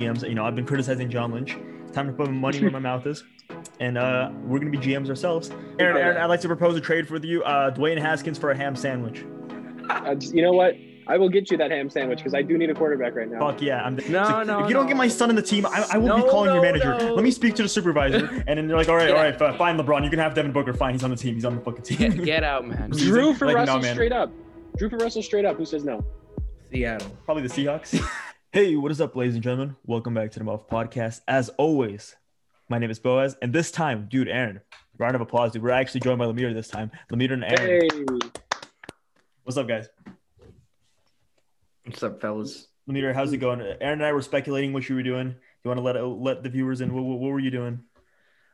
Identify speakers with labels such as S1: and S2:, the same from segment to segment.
S1: GMs. You know, I've been criticizing John Lynch. It's time to put money where my mouth is. And uh, we're going to be GMs ourselves. Aaron, Aaron, I'd like to propose a trade for you uh, Dwayne Haskins for a ham sandwich.
S2: Uh, just- you know what? I will get you that ham sandwich because I do need a quarterback right now.
S1: Fuck yeah. I'm no,
S3: no,
S1: If you don't
S3: no.
S1: get my son in the team, I, I will
S3: No,
S1: be calling your
S3: no,
S1: manager.
S3: no.
S1: Let me speak to the supervisor. and then they're like, all right, all right, fi- fine, LeBron. You can have Devin Booker. Fine. He's on the team. He's on the fucking team.
S3: Get, get out, man.
S1: He's
S2: Drew
S1: like-
S2: for
S1: like, no,
S2: Russell
S1: man.
S2: straight up. Drew for Russell straight up. Who says no?
S3: Seattle.
S1: Probably the Seahawks. hey, what is up, ladies and gentlemen? Welcome back to the Muff Podcast. As always, my name is Boaz. And this time, dude, Aaron, round of applause, dude. We're actually joined by Lemire this time. Lemire and Aaron.
S2: Hey,
S1: What's up, guys?
S3: What's up, fellas?
S1: Lemire, how's it going? Aaron and I were speculating what you were doing. You want to let let the viewers in? What, what, what were you doing?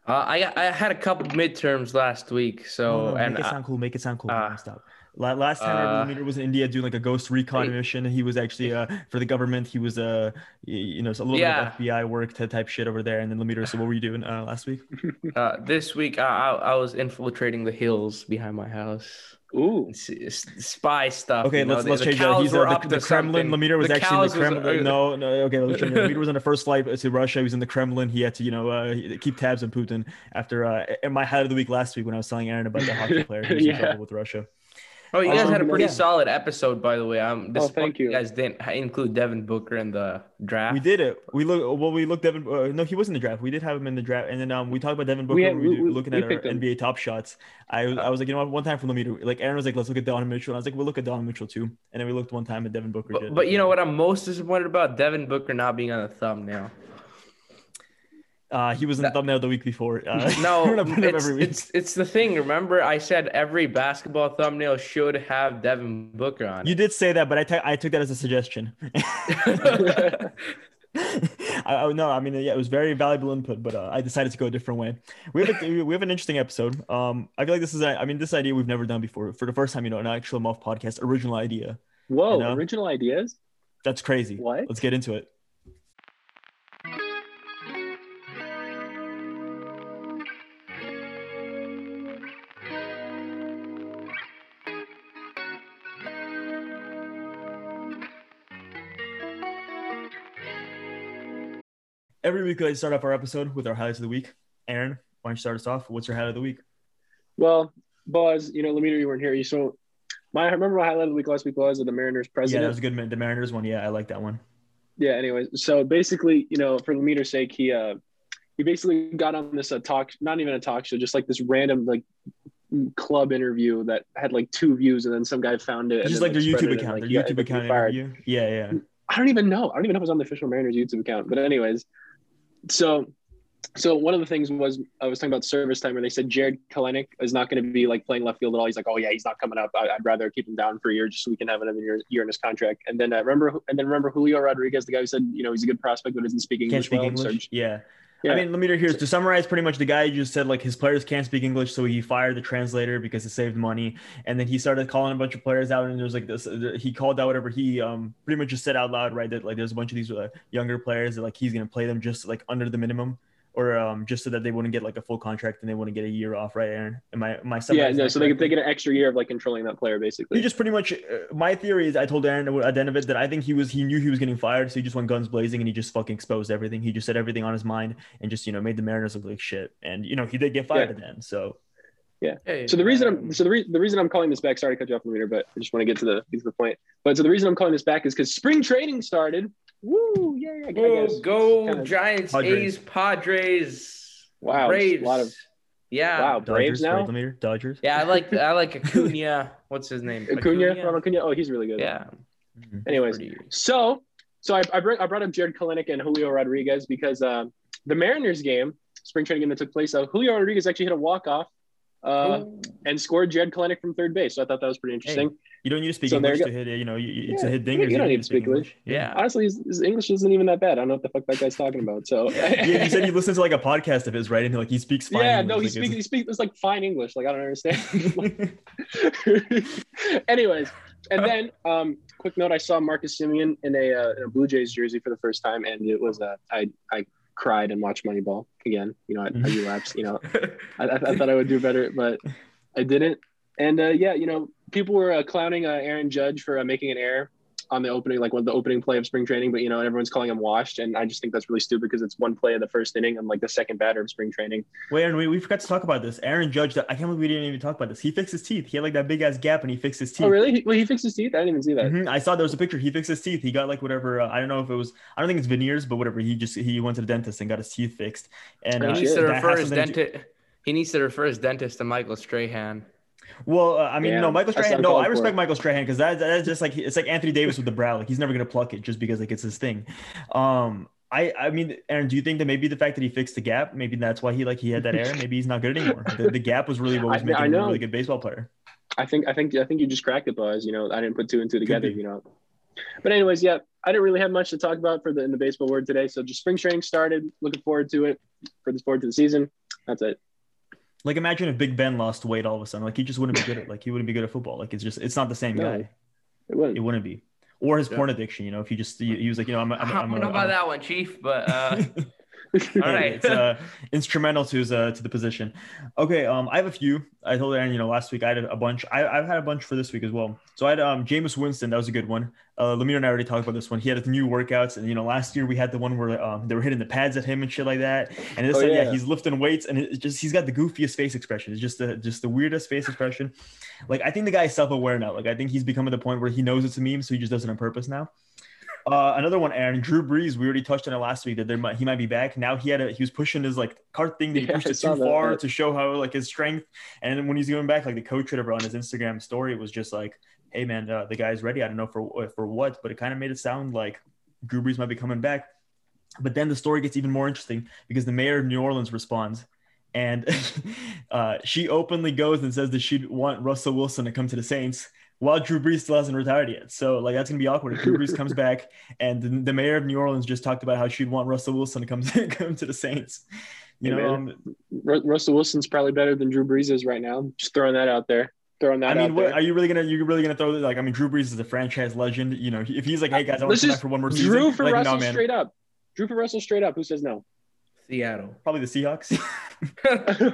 S3: Uh, I I had a couple midterms last week, so
S1: No, no,
S3: and
S1: make it
S3: uh,
S1: sound cool. Make it sound cool.
S3: uh,
S1: No, Stop. La- Last time
S3: uh,
S1: uh, Lemire was in India doing like a ghost recon
S3: Hey.
S1: mission. He was actually uh, for the government. He was uh, y- you know a little
S3: Yeah.
S1: bit of FBI work ty- type shit over there. And then Lemire, so what were you doing uh, last week?
S3: uh, this week I, I I was infiltrating the hills behind my house,
S2: ooh,
S3: S- s- spy stuff.
S1: Okay,
S3: you know,
S1: let's
S3: the-
S1: let's
S3: the
S1: change that.
S3: cows
S1: He's
S3: were
S1: uh,
S3: up
S1: the,
S3: to
S1: the Kremlin.
S3: something.
S1: Lemire was
S3: The
S1: actually in the
S3: cows was-
S1: Kremlin.
S3: uh,
S1: no, no. Okay, let's change that. Lemire was on the first flight to Russia. He was in the Kremlin. He had to, you know, uh, keep tabs on Putin. After uh, in my highlight of the week last week when I was telling Aaron about the hockey player who was in
S2: Yeah.
S1: trouble with Russia.
S3: Oh, you guys
S2: Um,
S3: had a pretty
S1: yeah.
S3: solid episode, by the way. Um, this
S2: thank you.
S3: guys didn't include Devin Booker in the draft.
S1: We did it. We look. Well, we looked Devin. Uh, no, he was in the draft. We did have him in the draft, and then um, we talked about Devin Booker.
S2: We had-
S1: when we,
S2: we-
S1: were
S2: we-
S1: looking
S2: we
S1: at our
S2: picked him.
S1: NBA top shots. I
S3: Uh.
S1: was, I was like, you know what? One time for Lemire, like Aaron was like, let's look at Donovan Mitchell. And I was like, we'll look at Donovan Mitchell too. And then we looked one time at Devin Booker.
S3: But,
S1: did.
S3: but you know what? I'm most disappointed about Devin Booker not being on the thumbnail.
S1: Uh, he was in
S3: That-
S1: the thumbnail the week before. Uh,
S3: No,
S1: we're gonna put him
S3: it's,
S1: every week.
S3: it's it's the thing. Remember, I said every basketball thumbnail should have Devin Booker on.
S1: You
S3: it.
S1: did say that, but I ta- I took that as a suggestion. I, I no, I mean, yeah, it was very valuable input, but uh, I decided to go a different way. We have a, we have an interesting episode. Um, I feel like this is, a, I mean, this idea we've never done before. For the first time, you know, an actual Muff podcast, original idea.
S2: whoa,
S1: You know?
S2: original ideas.
S1: That's crazy.
S2: What?
S1: Let's get into it. Every week, I start off our episode with our highlights of the week. Aaron, why don't you start us off? What's your highlight of the week?
S2: Well, Boz, you know, Lemire, you weren't here. You so my I remember my highlight of the week last week was of the Mariners
S1: Yeah, that
S2: president.
S1: was a good. man. The Mariners one. Yeah, I like that one.
S2: Yeah. Anyways, so basically, you know, for Lemire's sake, he uh he basically got on this uh, talk, not even a talk show, just like this random like club interview that had like two views, and then some guy found it. and
S1: It's just like
S2: then,
S1: their
S2: spread
S1: YouTube
S2: it, and,
S1: account.
S2: like,
S1: Their
S2: yeah,
S1: YouTube
S2: everybody
S1: account
S2: fired.
S1: interview. Yeah, yeah.
S2: I don't even know. I don't even know if it was on the official Mariners YouTube account. But anyways, so so one of the things was I was talking about service time where they said Jared Kalenic is not going to be like playing left field at all. He's like, oh yeah, he's not coming up. I, I'd rather keep him down for a year just so we can have another year, year in his contract. And then I remember and then remember Julio Rodriguez, the guy who said you know he's a good prospect but isn't speaking
S1: can't
S2: English.
S1: speak
S2: well,
S1: English.
S2: so-
S1: Yeah. I
S2: Yeah.
S1: mean, let me hear to summarize pretty much the guy just said like his players can't speak English, so he fired the translator because it saved money. And then he started calling a bunch of players out, and there's like this. He called out whatever he um pretty much just said out loud, right? That like there's a bunch of these uh, younger players that like he's gonna play them just like under the minimum, or um just so that they wouldn't get like a full contract and they wouldn't get a year off, right, Aaron? Am I am I
S2: yeah,
S1: summarizing
S2: no,
S1: that
S2: so they,
S1: correctly?
S2: they get an extra year of like controlling that player
S1: He
S2: basically.
S1: just pretty much. Uh, my theory is, I told Aaron at the end of it that I think he was he knew he was getting fired, so he just went guns blazing and he just fucking exposed everything. He just said everything on his mind and just you know made the Mariners look like shit. And you know he did get fired
S2: Yeah.
S1: then. So
S3: Hey,
S2: So the reason
S3: man.
S2: I'm so the, re- the reason I'm calling this back. Sorry to cut you off, later, but I just want to get to the get to the point. But so the reason I'm calling this back is because spring training started. Woo! Yeah, I
S3: Go,
S2: guess.
S3: go
S2: Kinda-
S3: Giants,
S1: Padres.
S3: A's, Padres.
S2: Wow,
S3: Braves.
S2: just a lot of-
S3: yeah.
S2: wow, Braves
S1: Dodgers,
S2: now.
S1: Braves, Dodgers.
S3: Yeah, I like I like Acuna. What's his name?
S2: Acuna, Ronald Acuna. Oh, he's really good.
S3: Yeah.
S1: Mhm.
S2: Anyways,
S3: Pretty-
S2: so so I, I, bring, I brought up Jared Kalenic and Julio Rodriguez because uh, the Mariners game, spring training game that took place, uh, Julio Rodriguez actually hit a walk off uh,
S3: Ooh.
S2: and scored Jared Kalenic from third base. So I thought that was pretty interesting.
S1: You don't need to speak
S2: So there
S1: English
S2: you
S1: to hit. You know, you, you- it's
S2: Yeah,
S1: a hit
S2: you
S1: dingers.
S2: don't need to speak
S3: yeah.
S2: Honestly, his, his English isn't even that bad. I don't know what the fuck that guy's talking about. So
S1: yeah, you said you listened to like a podcast of his, right? And like he speaks fine.
S2: yeah, no, he
S1: English,
S2: speaks. He speaks. It's like fine English. Like I don't understand.
S1: like, it's-
S2: Anyways, and then um, quick note: I saw Marcus Simeon in a, uh, in a Blue Jays jersey for the first time, and it was uh, I I cried and watched Moneyball again. You know, I, I relapsed. You know,
S1: Oh,
S2: I, I, I thought I would do better, but I didn't. And uh, yeah, you know, people were uh, clowning uh, Aaron Judge for uh, making an error on the opening, like when the opening play of spring training, but you know, everyone's calling him washed, and I just think that's really stupid because it's one play of the first inning and like the second batter of spring training.
S1: Wait, Aaron, we, we forgot to talk about this. Aaron Judge, that I can't believe we didn't even talk about this. He fixed his teeth. He had like that big ass gap, and he fixed his teeth.
S2: Oh, really? He, well, he fixed his teeth. I didn't even see that.
S1: Mhm. I saw there was a picture. He fixed his teeth. He got like whatever. Uh, I don't know if it was. I don't think it's veneers, but whatever. He just he went to the dentist and got his teeth fixed. And
S2: Oh,
S1: uh,
S2: shit.
S3: he needs to
S1: that
S3: refer
S1: has
S3: his
S1: something to-
S3: dentist. He needs to refer his dentist to Michael Strahan.
S1: Well, uh, I mean,
S2: Yeah,
S1: no, Michael
S2: that's
S1: Strahan. No,
S2: uncalled
S1: I respect
S2: for.
S1: Michael Strahan because that, that's just like it's like Anthony Davis with the brow. Like he's never gonna pluck it just because like it's his thing. Um, I I mean, Aaron, do you think that maybe the fact that he fixed the gap, maybe that's why he like he had that error. Maybe he's not good anymore. The, the gap was really what was
S2: I-
S1: making
S2: I
S1: him a
S2: know.
S1: really good baseball player.
S2: I think I think I think you just cracked it, Buzz. You know, I didn't put two and two together.
S1: be.
S2: You know, but anyways, yeah, I didn't really have much to talk about for the in the baseball word today. So just spring training started. Looking forward to it. For this forward to the season. That's it.
S1: Like imagine if Big Ben lost weight all of a sudden. Like he just wouldn't be good at like he wouldn't be good at football. Like it's just it's not the same
S2: No.
S1: guy.
S2: It
S1: It
S2: wouldn't.
S1: wouldn't be. Or his
S3: Yeah.
S1: porn addiction. You know, if he just he, he was like, you know, I'm a-
S3: I
S1: I'm, a-
S3: don't
S1: I'm
S3: know
S1: a-
S3: about
S1: I'm a-
S3: that one, Chief, but uh, all
S1: Hey,
S3: right.
S1: it's uh, instrumental to his uh, to the position. Okay, um, I have a few. I told Aaron, you know, last week I had a bunch. I, I've had a bunch for this week as well. So I had um, Jameis Winston. That was a good one. Uh, Lemire and I already talked about this one. He had his new workouts, and you know, last year we had the one where um, they were hitting the pads at him and shit like that. And this
S2: Oh,
S1: time, yeah.
S2: yeah.
S1: he's lifting weights, and it's just he's got the goofiest face expression. It's just the just the weirdest face expression. Like I think the guy is self aware now. Like I think he's become at the point where he knows it's a meme, so he just does it on purpose now. Uh, another one, Aaron Drew Brees. We already touched on it last week that there might, he might be back. Now he had a he was pushing his like cart thing that he
S2: Yeah,
S1: pushed
S2: I
S1: it
S2: saw
S1: too
S2: that.
S1: far to show how like his strength. And then when he's going back, like the coach whatever on his Instagram story was just like, "Hey man, uh, the guy's ready. I don't know for for what, but it kind of made it sound like Drew Brees might be coming back." But then the story gets even more interesting because the mayor of New Orleans responds. And uh, she openly goes and says that she'd want Russell Wilson to come to the Saints while Drew Brees still hasn't retired yet. So, like, that's going to be awkward if Drew Brees comes back and the, the mayor of New Orleans just talked about how she'd want Russell Wilson to come to, come to the Saints. You
S2: Hey,
S1: know,
S2: man.
S1: um,
S2: Ru- Russell Wilson's probably better than Drew Brees is right now. Just throwing that out there. Throwing that
S1: I mean,
S2: out
S1: what,
S2: there.
S1: are you really gonna you really gonna throw like I mean, Drew Brees is a franchise legend. You know, if he's like, hey guys, I want
S2: This
S1: to come
S2: is
S1: back for one more season,
S2: Drew for
S1: like,
S2: Russell
S1: no man,
S2: straight up. Drew for Russell straight up. Who says no?
S3: Seattle.
S1: probably the Seahawks.
S2: I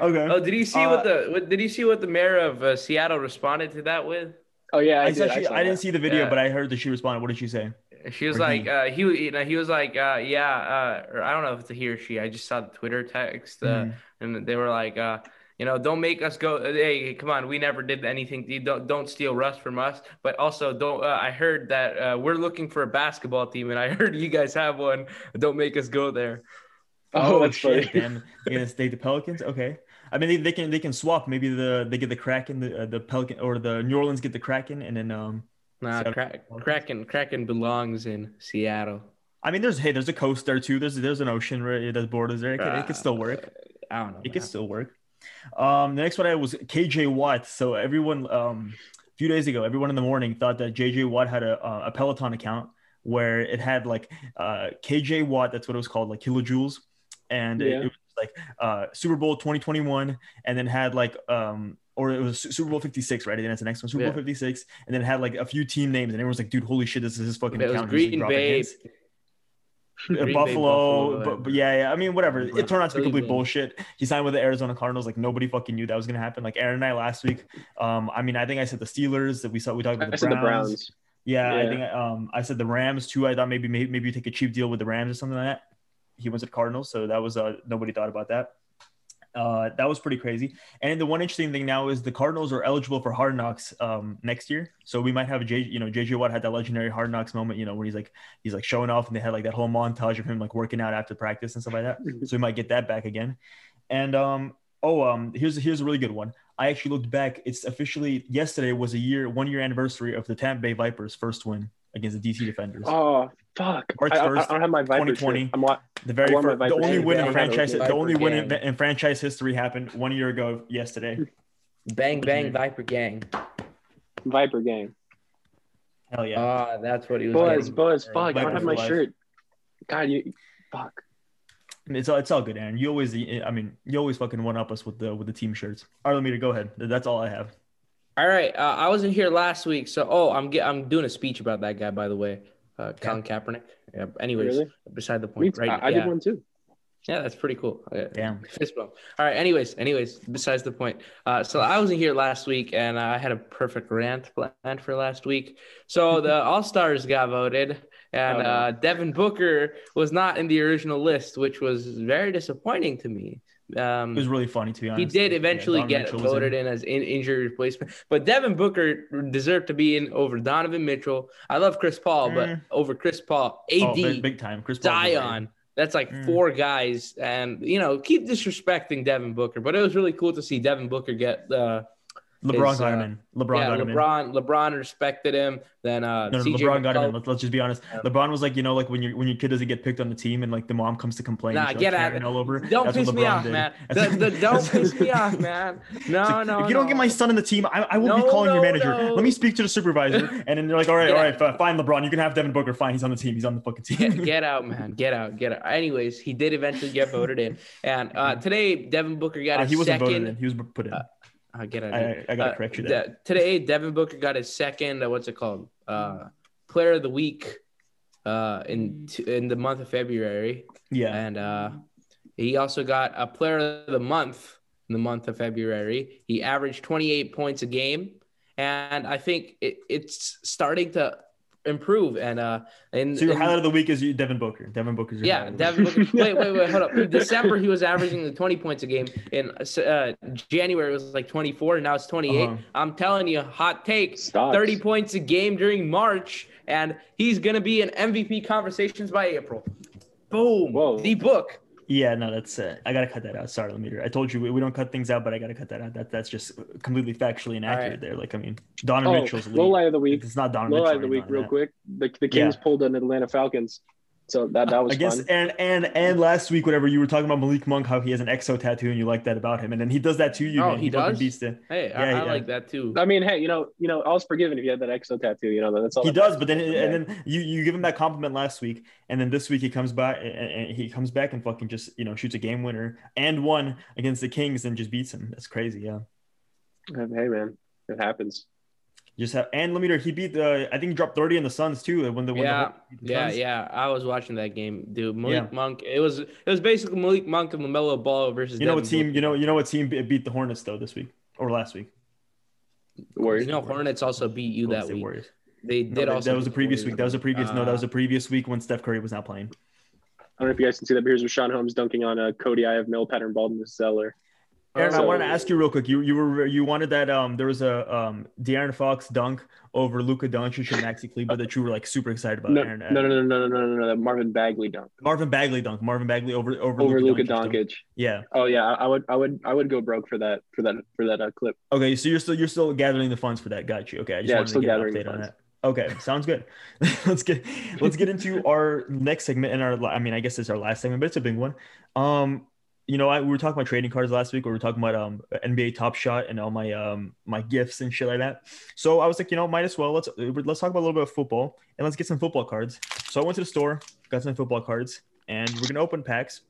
S1: okay.
S3: oh, did you see
S1: Uh,
S3: what the what, did you see what the mayor of uh, Seattle responded to that with?
S2: oh yeah, I,
S1: I,
S2: did.
S1: saw
S2: I,
S1: she,
S2: saw
S1: I didn't
S2: that.
S1: see the video,
S3: Yeah.
S1: but I heard that she responded. What did she say?
S3: She was
S1: Or
S3: like,
S1: he.
S3: uh, he you know, he was like, uh, yeah, uh, or I don't know if it's a he or she. I just saw the Twitter text, uh,
S1: Mhm.
S3: and they were like, uh, you know, don't make us go. uh, Hey, come on, we never did anything. You Don't don't steal Russ from us. But also, don't. Uh, I heard that uh, we're looking for a basketball team, and I heard you guys have one. Don't make us go there.
S2: Oh, that's
S1: shit!
S2: funny.
S1: Then they're gonna stay the Pelicans. Okay, I mean they, they can they can swap. Maybe the they get the Kraken, the uh, the Pelican or the New Orleans get the Kraken, and then um.
S3: Nah,
S1: Seattle.
S3: crack, Kraken Kraken belongs in Seattle.
S1: I mean, there's hey, there's a coast there too. There's there's an ocean right there's borders there. It could,
S2: Ah,
S1: it could still work.
S3: I don't know.
S1: It could
S3: man.
S1: still work. Um, the next one I had was KJ Watt. So everyone, um, a few days ago, everyone in the morning thought that JJ Watt had a uh, a Peloton account where it had like uh, KJ Watt. That's what it was called, like kilojoules, and it,
S2: Yeah.
S1: it was like uh, Super Bowl 2021, and then had like um. Or it was Su- Super Bowl 56, right? And that's the next one, Super Bowl
S3: Yeah.
S1: 56. And then it had like a few team names, and everyone's like, dude, holy shit, this is his fucking
S3: It was
S1: account. He's just
S3: Green
S1: dropping
S3: Bay,
S1: hits.
S3: Green Bay,
S1: Buffalo,
S3: Buffalo,
S1: but, but yeah, yeah. I mean, whatever. It turned out to be complete
S3: Cleveland.
S1: bullshit. He signed with the Arizona Cardinals. Like nobody fucking knew that was gonna happen. Like Aaron and I last week. Um, I mean, I think I said the Steelers that we saw. We talked about
S2: I
S1: the,
S2: said
S1: Browns.
S2: the Browns.
S1: Yeah, I
S2: Yeah.
S1: think um I said the Rams too. I thought maybe maybe, maybe you take a cheap deal with the Rams or something like that. He went to the Cardinals, so that was uh nobody thought about that. Uh, that was pretty crazy. And the one interesting thing now is the Cardinals are eligible for Hard Knocks um, next year, so we might have a J. You know, JJ Watt had that legendary Hard Knocks moment, you know, where he's like he's like showing off, and they had like that whole montage of him like working out after practice and stuff like that. So we might get that back again. And um, oh, um, here's here's a really good one. I actually looked back. It's officially yesterday was a year one year anniversary of the Tampa Bay Vipers' first win against the DC Defenders.
S2: Oh fuck!
S1: March
S2: I, I- I
S1: 1st,
S2: don't have my Viper
S1: 2020.
S2: shirt. I'm wa-
S1: the very
S2: I want my
S1: first, the
S2: Vipers
S1: only
S2: game.
S1: win in
S2: Yeah, I gotta
S1: franchise,
S2: look
S1: the
S2: at
S3: Viper
S1: only win in,
S3: game.
S1: in franchise history happened one year ago yesterday.
S3: Bang
S1: What do you
S3: bang
S1: mean?
S3: Viper gang.
S2: Viper gang.
S1: Hell
S2: Uh,
S1: yeah!
S3: Ah, that's what he was.
S2: Buzz,
S3: getting.
S2: buzz,
S3: Yeah,
S2: fuck! I
S1: Viper
S2: don't have
S1: for
S2: my
S1: life.
S2: shirt. God, you, fuck.
S1: it's all it's all good, Aaron. You always, eh, I mean, you always fucking one up us with the with the team shirts. All right, Lamita, go ahead. That's all I have.
S3: All right, uh, I wasn't here last week, so oh, I'm ge- I'm doing a speech about that guy, by the way, uh, Colin Kaepernick. Yeah. Anyways,
S2: Really?
S3: beside the point,
S2: Me too.
S3: right?
S2: I, I
S3: yeah.
S2: did one too.
S3: Yeah, that's pretty cool. Okay.
S1: Damn.
S3: Fist bump. All right. Anyways, anyways, besides the point. Uh, so I wasn't here last week, and I had a perfect rant planned for last week. So the All Stars got voted, and
S2: Oh, no.
S3: uh, Devin Booker was not in the original list, which was very disappointing to me. Um,
S1: It was really funny to be honest.
S3: he did
S1: Yeah,
S3: eventually
S1: Donovan
S3: get
S1: Mitchell was in.
S3: voted in as in injury replacement, but Devin Booker deserved to be in over Donovan Mitchell. I love Chris Paul, but
S1: Mm.
S3: over Chris Paul, AD,
S1: Oh, big, big time. Chris Paul's overrated.
S3: Zion. That's like
S1: Mm.
S3: four guys, and you know, keep disrespecting Devin Booker. But it was really cool to see Devin Booker get uh,
S1: LeBron
S3: is, uh,
S1: got him in. LeBron
S3: yeah,
S1: got him in.
S3: LeBron. LeBron respected him. Then uh,
S1: No, no,
S3: CJ
S1: LeBron got him.
S3: McCollum-
S1: in. Let's, let's just be honest.
S3: Yeah.
S1: LeBron was like, you know, like when your when your kid doesn't get picked on the team and like the mom comes to complain,
S3: Nah,
S1: she's, like,
S3: get out of
S1: tearing all over.
S3: Don't
S1: That's what
S3: piss me
S1: LeBron
S3: off,
S1: did.
S3: man.
S1: That's-
S3: The- the- don't
S1: that's-
S3: piss me off, man.
S1: It's
S3: No,
S1: like,
S3: no.
S1: If you don't get
S3: no.
S1: my son in the team, I, I will
S3: No,
S1: be calling your
S3: no,
S1: manager.
S3: no.
S1: Let me speak to the supervisor. And then they're like, all right,
S3: Get
S1: all right, fi- fine, LeBron, you can have Devin Booker. Fine, he's on the team. He's on the fucking team.
S3: get, get out, man. Get out. Get out. Anyways, he did eventually get voted in, and uh, today Devin Booker got
S1: Mm-hmm. Uh,
S3: his
S1: he wasn't
S3: second.
S1: voted in. He was put in.
S3: Uh, get out. of
S1: I,
S3: here.
S1: I, I gotta
S3: Uh,
S1: correct you there.
S3: that- today, Devin Booker got his second. Uh, what's it called? Uh, player of the week uh, in t- in the month of February,
S1: yeah.
S3: and uh, he also got a player of the month in the month of February. He averaged 28 points a game, and I think it, it's starting to improve. And uh, and,
S1: So your
S3: and-
S1: highlight of the week is you- Devin Booker. Devin Booker's your
S3: yeah,
S1: highlight of the
S3: Devin
S2: week.
S3: Booker. Wait, wait, wait. Hold up. In December, he was averaging the 20 points a game. In uh, January, it was like 24, and now it's 28.
S1: Uh-huh.
S3: I'm telling you, hot take.
S2: Stop.
S3: 30 points a game during March, and he's going to be in MVP conversations by April. Boom.
S2: Whoa.
S3: The book.
S1: week. Yeah, no, that's it. I gotta cut that out. Sorry, let me. I told you we, we don't cut things out, but I gotta cut that out. That that's just completely factually inaccurate.
S3: right.
S1: There, like I mean, Donovan
S2: Oh,
S1: Mitchell's
S2: low
S1: lead.
S2: light of the week.
S1: It's not Donovan
S2: Low
S1: Mitchell.
S2: light of the week,
S1: anymore
S2: real
S1: than
S2: quick. The, the Kings pulled an Atlanta Falcons, so that that
S1: that.
S2: was
S1: Against
S2: fun.
S1: and and and last week, whatever you were talking about Malik Monk, how he has an exo tattoo, and you like that about him, and then he does that to you.
S3: Oh,
S1: man.
S3: he
S1: fucking
S3: does?
S1: Beats the,
S3: Hey, I,
S1: Yeah,
S3: I
S1: yeah.
S3: like that too.
S2: I mean, hey, you know, you know, I was forgiven if you had that exo tattoo. You know, Oh, that's all.
S1: he
S2: that-
S1: does, but then and then you you give him that compliment last week, and then this week he comes back and, and he comes back and fucking just you know shoots a game winner and one against the Kings and just beats him. That's crazy. Yeah.
S2: Hey, man, it happens.
S1: Just have and Lemire, he beat the I think he dropped 30 in the Suns too. When the when
S3: Yeah,
S1: the, beat the
S3: Yeah,
S1: Suns.
S3: yeah. I was watching that game, dude. Malik
S1: Yeah.
S3: Monk. It was it was basically Malik Monk and Lamelo Ball versus.
S1: You know what
S3: Devin
S1: team?
S3: Booker.
S1: You know you know what team be- beat the Hornets though this week or last week?
S2: Warriors.
S3: You know, Hornets also beat you
S1: Golden
S3: that
S1: State
S3: week.
S1: Warriors.
S3: They
S1: No,
S3: did
S1: that,
S3: also.
S1: that was
S3: beat
S1: the previous
S3: Warriors. Uh.
S1: week. That was the previous. no, that was the previous week when Steph Curry was not playing.
S2: I don't know if you guys can see that. But here's Rashawn Holmes dunking on a Cody I have mill pattern ball in the cellar.
S1: Aaron, I
S2: So-
S1: wanted to ask you real quick. You you were you wanted that um there was a um De'Aaron Fox dunk over Luka Doncic and Maxi Kleber that you were like super excited about.
S2: No, no,
S1: Aaron,
S2: no, no, no, no, no, no, no, that Marvin Bagley dunk
S1: Marvin Bagley dunk. Marvin Bagley over over,
S2: over Luka
S1: dunk.
S2: Doncic.
S1: Yeah.
S2: Oh yeah, I, I would, I would, I would go broke for that, for that, for that uh, clip.
S1: Okay. So you're still you're still gathering the funds for that. Got you. Okay. I just
S2: Yeah, I'm
S1: wanted
S2: still
S1: to get an
S2: gathering the
S1: update on
S2: funds.
S1: that. Okay. Sounds good. let's get let's get into our next segment and our la- I mean I guess it's our last segment, but it's a big one. Um, you know, I, we were talking about trading cards last week. Where we were talking about um NBA Top Shot and all my um my gifts and shit like that. So I was like, you know, might as well let's let's talk about a little bit of football and let's get some football cards. So I went to the store, got some football cards, and we're gonna open packs.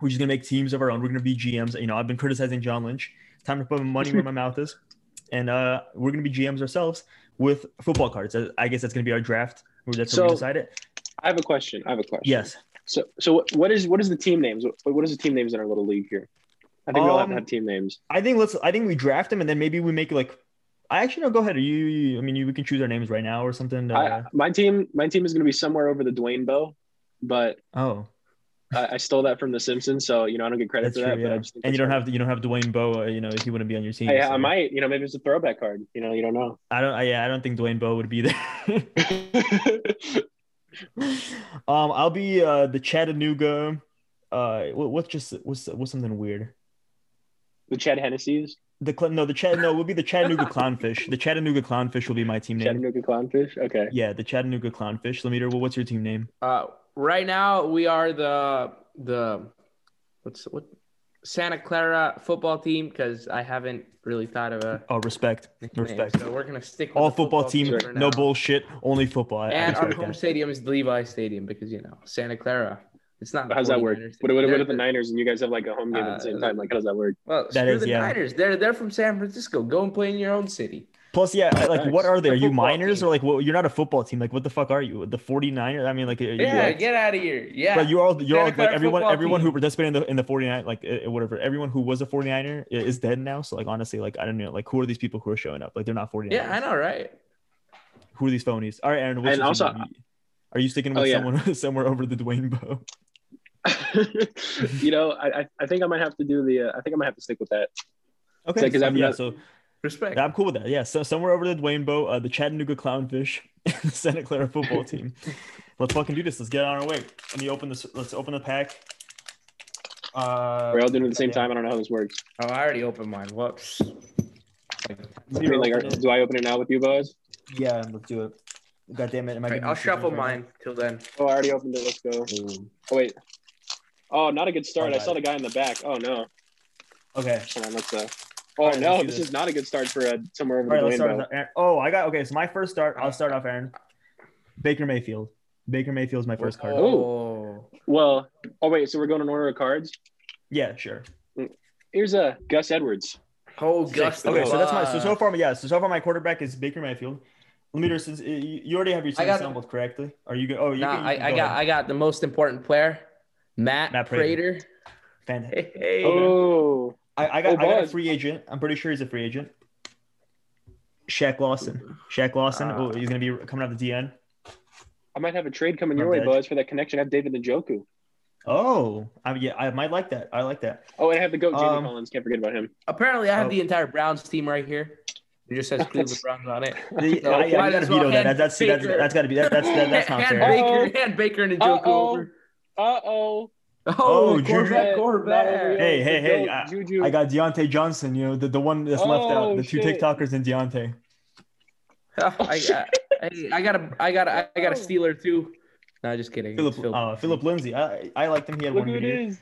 S1: We're just gonna make teams of our own. We're gonna be GMs. You know, I've been criticizing John Lynch. Time to put my money where my mouth is, and uh, we're gonna be GMs ourselves with football cards. I- I guess that's gonna be our draft. Or That's how we
S2: So-
S1: decide it.
S2: I have a question. I have a question.
S1: Yes.
S2: So, so what, what is, what is the team names? What, what is the team names in our little league here? I think we all have to
S1: Um,
S2: have team names.
S1: I think let's. I think we draft them, and then maybe we make like. I actually no. Go ahead. You. you I mean, you, we can choose our names right now or something.
S2: I,
S1: Uh,
S2: my team, my team is going to be somewhere over the Dwayne bow, but
S1: oh,
S2: I, I stole that from The Simpsons, so you know I don't get credit
S1: that's
S2: for
S1: true.
S2: that. but
S1: yeah.
S2: I just think
S1: And you
S2: that's
S1: don't
S2: funny.
S1: have you don't have Dwayne Bowe. uh, You know, he wouldn't be on your team.
S2: Hey,
S1: so-
S2: I might, you know, maybe it's a throwback card. You know, you don't know.
S1: I don't. I, yeah, I don't think Dwayne Bowe would be there. um, I'll be uh the Chattanooga. Uh, what, what's just what's what's something weird?
S2: the Chad Hennessy's
S1: The cl- no, the Chat no, we'll be the Chattanooga Clownfish. The Chattanooga Clownfish will be my team name.
S2: Chattanooga clownfish. Okay.
S1: Yeah, the Chattanooga Clownfish. Lemeter, well, what's your team name?
S3: Uh, right now we are the the what's what Santa Clara football team because I haven't really thought of a
S1: Oh, respect,
S3: nickname.
S1: respect.
S3: So we're gonna stick with
S1: All
S3: the
S1: football team,
S2: team
S3: for
S1: no
S3: now.
S1: bullshit, only football. I, I
S3: And our
S1: respect
S3: home
S1: that.
S3: stadium is Levi Stadium because you know Santa Clara. It's not.
S2: But How's that work?
S3: 49ers.
S2: What, what, what
S3: They're-
S2: are the Niners Uh, and you guys have like a home game at the same time? Like, how does that work?
S3: Well,
S1: That
S3: screw
S1: is,
S3: the
S1: yeah.
S3: Niners. They're they're from San Francisco. Go and play in your own city.
S1: Plus, yeah, like
S2: Thanks.
S1: what are they? Are you
S3: Football
S1: minors
S3: team.
S1: or like well, you're not a football team? Like what the fuck are you? The 49ers? I mean, like are you,
S3: Yeah,
S1: like-
S3: get out of here. Yeah.
S1: But you're all you're all
S3: Santa
S1: like
S3: Clara
S1: everyone
S3: football
S1: everyone who
S3: team.
S1: participated in the in the 49 like uh, uh, whatever everyone who was a 49er i- is dead now. So like honestly, like I don't know, like who are these people who are showing up? Like they're not 49ers.
S3: yeah, I know, right?
S1: Who are these phonies? All right, Aaron. What's
S2: And
S1: your
S2: also-
S1: team? are you sticking with
S2: Oh, yeah.
S1: someone somewhere over the Dwayne Bow?
S2: you know, I, I- I think I might have to do the. Uh, I think I might have to stick with that.
S1: Okay,
S2: Like, 'cause
S1: so,
S2: I've
S1: yeah.
S2: got-
S1: So
S3: Respect.
S1: yeah, I'm cool with that. Yeah, so somewhere over the Dwayne Bow, uh, the Chattanooga Clownfish, the Santa Clara football team. let's fucking do this. Let's get on our way. Let me open this. Let's open the pack. Uh,
S2: We're all doing it at the same
S1: yeah.
S2: time. I don't know how this works.
S3: Oh, I already opened mine. Whoops.
S2: I mean, like, are, do I open it now with you, Boaz?
S1: Yeah, let's do it. God damn it. Am I
S3: Right,
S1: giving
S3: I'll
S1: you
S3: shuffle
S1: something right
S3: mine till then.
S2: Oh, I already opened it. Let's go. Oh wait. Oh, not a good start.
S1: Oh,
S2: I
S1: God.
S2: saw the guy in the back. Oh no.
S1: now? Okay.
S2: Hold on. Let's. Uh... Oh
S1: All right,
S2: no,
S1: let's do
S2: this
S1: this.
S2: is not a good start for uh, somewhere
S1: All
S2: over
S1: right,
S2: the
S1: let's
S2: rainbow.
S1: start. With Aaron. Oh, I got okay. So my first start, I'll start off, Aaron. Baker Mayfield. Baker Mayfield's my first card.
S3: Oh.
S2: Well, oh wait. So we're going in order of cards.
S1: Yeah, sure.
S2: Here's uh, Gus Edwards.
S3: Oh, Gus.
S1: Okay, so that's my so
S3: Lavin.
S1: so far. Yeah, so so far my quarterback is Baker Mayfield. Let me just since uh, you you already have your team
S3: I got-
S1: assembled correctly. Are you good? Oh, you,
S3: Nah,
S1: can- you can
S3: I, I
S1: go
S3: got
S1: ahead.
S3: I got the most important player, Matt,
S1: Matt Prater.
S3: Prater.
S1: Fantastic.
S3: Hey, hey.
S2: Oh,
S1: I, I got
S2: Oh,
S1: I got a
S2: Buzz.
S1: free agent. I'm pretty sure he's a free agent. Shaq Lawson. Shaq Lawson.
S3: Ah.
S1: oh, he's gonna be coming off the DN.
S2: I might have a trade coming your
S1: Not
S2: way,
S1: bad.
S2: Buzz, for that connection. I have David Njoku.
S1: Oh, I yeah, I might like that. I like that.
S2: Oh, and I have the goat, Jamie
S1: Um,
S2: Collins. Can't forget about him.
S3: Apparently, I have
S1: Oh.
S3: the entire Browns team right here. It just says Cleveland Browns on it.
S1: The-
S3: So
S1: I, I
S3: might
S1: gotta
S3: as well
S1: veto that. that.
S3: hand
S1: That's see, that's
S3: Baker.
S1: that's gotta be that, that's that, that's not
S3: hand
S1: fair.
S2: Oh.
S3: Baker, hand Baker, and Njoku
S2: Uh-oh.
S3: over.
S2: Uh oh.
S3: Oh,
S1: Oh, Juju.
S3: quarterback, quarterback.
S1: Hey, hey, hey,
S2: Juju.
S1: I got Deontay Johnson. You know the, the one that's left out.
S2: Oh,
S1: The two
S2: shit.
S1: TikTokers and Deontay.
S3: Oh, I, I,
S1: Oh,
S3: I- I got a, I got a, I got a Steeler too. No, just kidding.
S1: Philip
S3: It's Phil-
S1: uh, Philip Lindsay. I I liked him. He had
S2: Look
S1: one
S2: who
S1: good
S2: it
S1: year.
S2: is.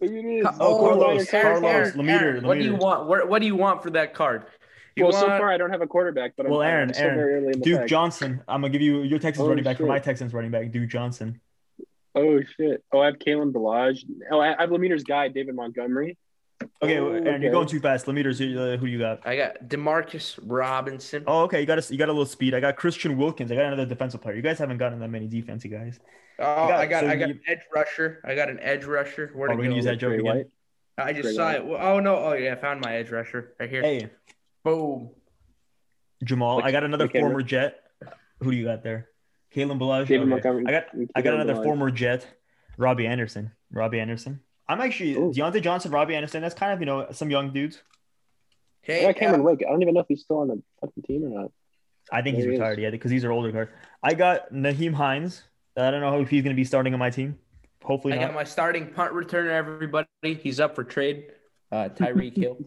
S2: Look who it is.
S1: Oh, Carlos,
S2: Carter.
S1: Carlos. Lemeter,
S3: What do you
S1: Lemeter.
S3: want? Where, what do you want for that card? You
S2: Well, so
S3: want-
S2: far I don't have a quarterback, but I'm,
S1: Well, Aaron,
S2: I'm still
S1: Aaron,
S2: very early in the
S1: Duke
S2: pack.
S1: Johnson. I'm gonna give you your Texans
S2: Oh,
S1: running back for
S2: shit.
S1: my Texans running back, Duke Johnson.
S2: Oh shit. Oh, I have Kalen Balaj. Oh, I I have Lemeter's guy, David Montgomery.
S1: Okay,
S2: Oh,
S1: Aaron,
S2: okay.
S1: you're going too fast. Lemeters, who, uh, who you got?
S3: I got Demarcus Robinson.
S1: Oh, okay. You got a, you got a little speed. I got Christian Wilkins. I got another defensive player. You guys haven't gotten that many defensive guys.
S3: Oh,
S1: got-
S3: I got,
S1: so
S3: I got
S1: you-
S3: an edge rusher. I got an edge rusher. Where
S1: Are
S3: to
S1: we
S3: go?
S1: gonna use that joke
S2: Trey
S1: again?
S2: White.
S3: I just
S2: Greg
S3: saw
S2: Wright.
S3: it. Well, Oh no! Oh yeah, I found my edge rusher right here.
S1: Hey,
S3: Boom.
S1: Jamal. I got another
S2: McHenry.
S1: former Jet. Who do you got there? Kalen Balaj.
S2: David
S1: Okay.
S2: Montgomery.
S1: I got I got
S2: Kalen
S1: another
S2: Balaj.
S1: former Jet, Robbie Anderson. Robbie Anderson. I'm actually
S2: Ooh.
S1: Deontay Johnson, Robbie Anderson. That's kind of you know some young dudes.
S2: I
S3: Hey,
S2: got Cameron
S3: uh,
S2: Wake. I don't even know if he's still on the fucking team or not.
S1: I think he's
S2: There he is.
S1: retired yeah because these are older guards. I got Naheem Hines. I don't know if he's going to be starting on my team. Hopefully
S3: I got
S1: not.
S3: my starting punt returner. Everybody, he's up for trade. Uh, Tyreek Hill.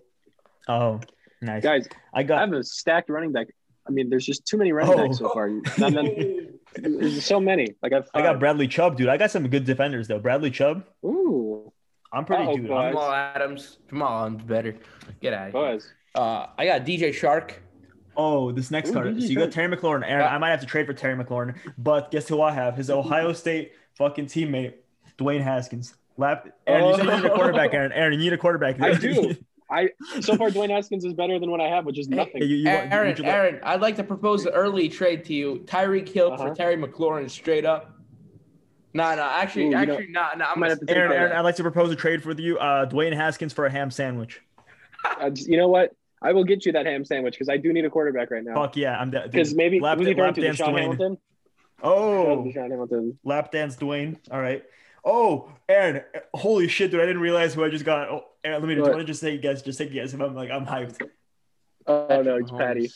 S1: oh, nice.
S2: Guys,
S1: I
S2: I
S1: got
S2: have a stacked running back. I mean, there's just too many running
S1: Oh.
S2: backs so far. Not many- there's so many. Like I've
S1: I got Bradley Chubb, dude. I got some good defenders though. Bradley Chubb.
S2: Ooh,
S1: I'm pretty
S2: Uh-oh,
S1: dude.
S2: boy.
S1: I'm-
S3: Jamal Adams. Jamal Adams better. Get out. Of here.
S2: Buzz.
S3: Uh, I got DJ Shark.
S1: oh, this next
S2: Ooh,
S1: card.
S2: DJ
S1: So you got Terry McLaurin. Aaron, I might have to trade for Terry McLaurin, but guess who I have? His Ohio State fucking teammate, Dwayne Haskins. Lap. Aaron, you said you need a quarterback. Aaron, Aaron, you need a quarterback.
S2: Oh. I do. I so far Dwayne Haskins is better than what I have, which is
S1: Hey,
S2: nothing.
S1: you- you want- would
S3: Aaron,
S1: you like-
S3: Aaron, I'd like to propose an early trade to you. Tyreek Hill
S2: Uh-huh.
S3: for Terry McLaurin, straight up. No, no, actually,
S2: Ooh, you
S3: actually, no, no. I'm
S2: might
S3: gonna.
S2: have to take
S1: Aaron,
S2: that
S1: Aaron,
S2: out.
S1: I'd like to propose a trade for you. Uh, Dwayne Haskins for a ham sandwich.
S2: I just- you know what? I will get you that ham sandwich because I do need a quarterback right now.
S1: Fuck yeah, I'm da- dude,
S2: Because maybe
S1: lap,
S2: who's he throwing
S1: lap
S2: to?
S1: dance
S2: Deshaun
S1: Dwayne.
S2: Hamilton. Oh,
S1: Oh,
S2: Deshaun Hamilton.
S1: lap dance Dwayne. All right. Oh, Aaron, holy shit, dude! I didn't realize who I just got. Oh, Aaron, let me. Do you
S2: What?
S1: want to just take a guess? Just take a guess. If I'm like, I'm hyped.
S2: Oh no, it's Patty.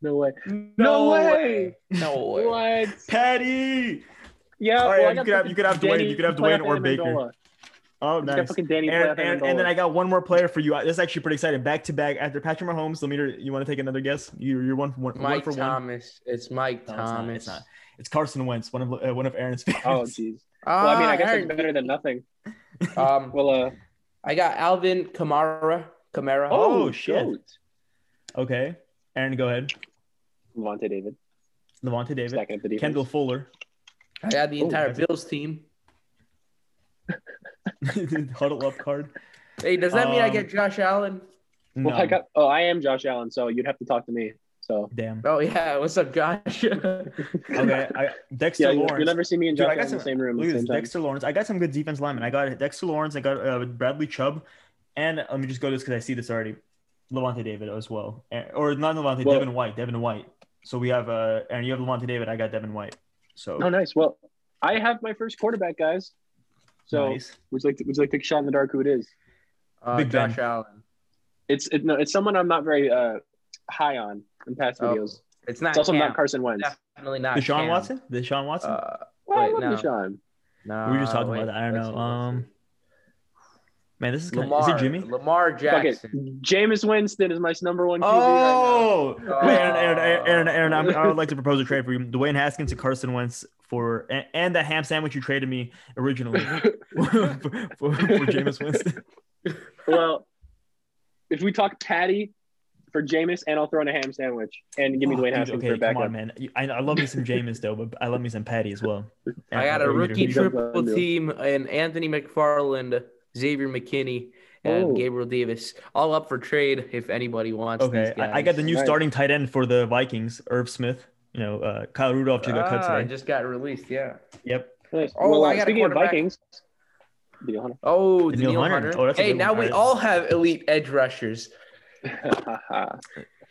S2: No way.
S3: No,
S2: way.
S3: No way.
S2: What?
S1: Patty.
S2: Yeah.
S1: All right,
S2: well, I
S1: you
S2: got
S1: could have- you
S2: fucking
S1: could have Dwayne-
S2: Danny-
S1: you could have
S2: play
S1: Dwayne
S2: off
S1: or
S2: Aaron
S1: Baker.
S2: Mandola.
S1: Oh,
S2: You got
S1: nice.
S2: fucking Danny play
S1: Aaron,
S2: off Aaron
S1: Aaron, and then I
S2: Mandola.
S1: got one more player for you. Uh, This is actually pretty exciting. Back to back after Patrick Mahomes. Let me. You want to take another guess? You're, you're one for one. one
S3: Mike
S1: for one.
S3: Thomas. It's Mike
S1: No, it's not.
S3: Thomas.
S1: It's not. It's Carson Wentz, one of uh, one of Aaron's favorites.
S2: Oh jeez.
S3: Ah,
S2: Well, I mean, I guess
S3: Aaron,
S2: that's better than nothing.
S3: um,
S2: Well, uh.
S3: I got Alvin Kamara. Kamara.
S1: Oh,
S2: goat.
S1: shit. Okay. Aaron, go ahead.
S2: Vontae David.
S1: Levante David.
S2: Stacking up the defense.
S1: Kendall Fuller.
S3: I got the
S2: Oh,
S3: entire
S1: that's a-
S3: Bills team.
S1: Huddle up card.
S3: Hey, does that mean I
S1: Um,
S3: get Josh Allen?
S2: Well, I got. Oh, I am Josh Allen, so you'd have to talk to me. So
S1: Damn.
S3: Oh yeah, what's up, Josh? Uh,
S1: Okay. I, Dexter
S2: yeah, you-
S1: Lawrence.
S2: you'll never see me and
S1: Dude, I
S2: Josh
S1: got
S2: Allen in the
S1: some-
S2: same room
S1: Look
S2: at
S1: at
S2: the
S1: this,
S2: same time.
S1: Dexter Lawrence. I got some good defense linemen. I got Dexter Lawrence. I got uh, Bradley Chubb, and uh, let me just go to this because I see this already. Levante David as well, Eh, or not Levante.
S2: Well-
S1: Devin White. Devin White. So we have uh, and you have Levante David. I got Devin White. So
S2: Oh, nice. Well, I have my first quarterback, guys. So
S1: nice.
S2: would you like to, would you like to take a shot in the dark? Who it is?
S3: Uh,
S1: Big Ben.
S3: Josh Allen.
S2: It's it, no, it's someone I'm not very uh, high on in past
S3: Oh,
S2: videos.
S3: It's not.
S2: It's also
S3: Cam.
S2: not Carson Wentz.
S3: Definitely not.
S1: Deshaun
S3: Cam.
S1: Watson. Deshaun Watson.
S3: Uh,
S2: Well,
S3: Wait,
S2: I
S3: no.
S2: love Deshaun.
S3: no.
S1: we were just talking
S3: wait,
S1: about that. I don't
S3: let's see,
S1: know.
S3: let's see.
S1: Um, man, this is kind of,
S3: Lamar.
S1: is it Jimmy?
S3: Lamar
S2: Fuck
S3: Jackson.
S2: it. Jameis Winston is my number one QB right
S1: Oh,
S3: now.
S1: wait, Aaron, Aaron, Aaron, Aaron, Aaron I'm, I would like to propose a trade for you. Dwayne Haskins and Carson Wentz for and, and the ham sandwich you traded me originally
S2: now.
S1: for, for, for Jameis Winston.
S2: well, if we talk Patty for Jameis, and I'll throw in a ham sandwich and give me
S1: Oh,
S2: Dwayne
S1: dude,
S2: Haskins
S1: okay,
S2: for a
S1: come
S2: backup.
S1: on, man. You- I, I love me some Jameis though, but I love me some Patty as well.
S3: I got a
S1: Or you
S3: rookie
S1: do.
S2: Peter Bridges.
S3: triple team and Anthony McFarland, Xavier McKinney, and
S2: Oh.
S3: Gabriel Davis, all up for trade if anybody wants.
S1: Okay,
S3: these guys.
S1: I, I got the new
S2: Nice.
S1: starting tight end for the Vikings, Irv Smith. You know, uh, Kyle Rudolph just got cut
S3: Ah,
S1: today.
S3: just got released. Yeah.
S1: Yep.
S2: Nice.
S3: Oh,
S2: well, uh,
S3: I got a
S2: speaking of
S3: quarterback.
S2: Vikings, Daniel Hunter.
S3: Oh,
S1: Daniil
S3: Daniil
S1: Hunter.
S3: Hunter.
S1: Oh, that's a
S3: hey,
S1: good
S3: now
S1: one.
S3: we
S1: Alright.
S3: all have elite edge rushers.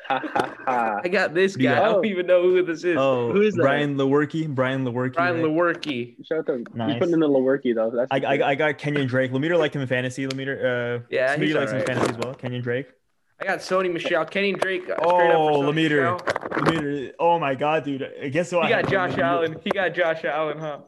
S2: Ha, ha, ha. Ha, ha, ha.
S3: I got this
S1: Yeah.
S3: guy. I don't even know who this is.
S1: Oh,
S2: Who is that?
S1: Brian Lewerke. Brian Lewerke.
S3: Brian
S1: right?
S3: Lewerke.
S2: Shout out to
S1: Nice.
S2: he's putting in the Lewerke though. That's
S1: I, I, I got Kenyon Drake. Lemeter liked him in fantasy. Lemeter, uh,
S3: Yeah,
S1: Smitty
S3: he's
S1: likes him in
S3: alright.
S1: fantasy as well. Kenyon Drake.
S3: I got Sony Michelle, Kenny Drake. uh,
S1: Oh,
S3: straight up for Sony
S1: Lemeter.
S3: Michel.
S1: Lemeter, oh my god, dude! Guess who I
S3: He got
S1: have?
S3: Josh Allen. He got Josh Allen, huh?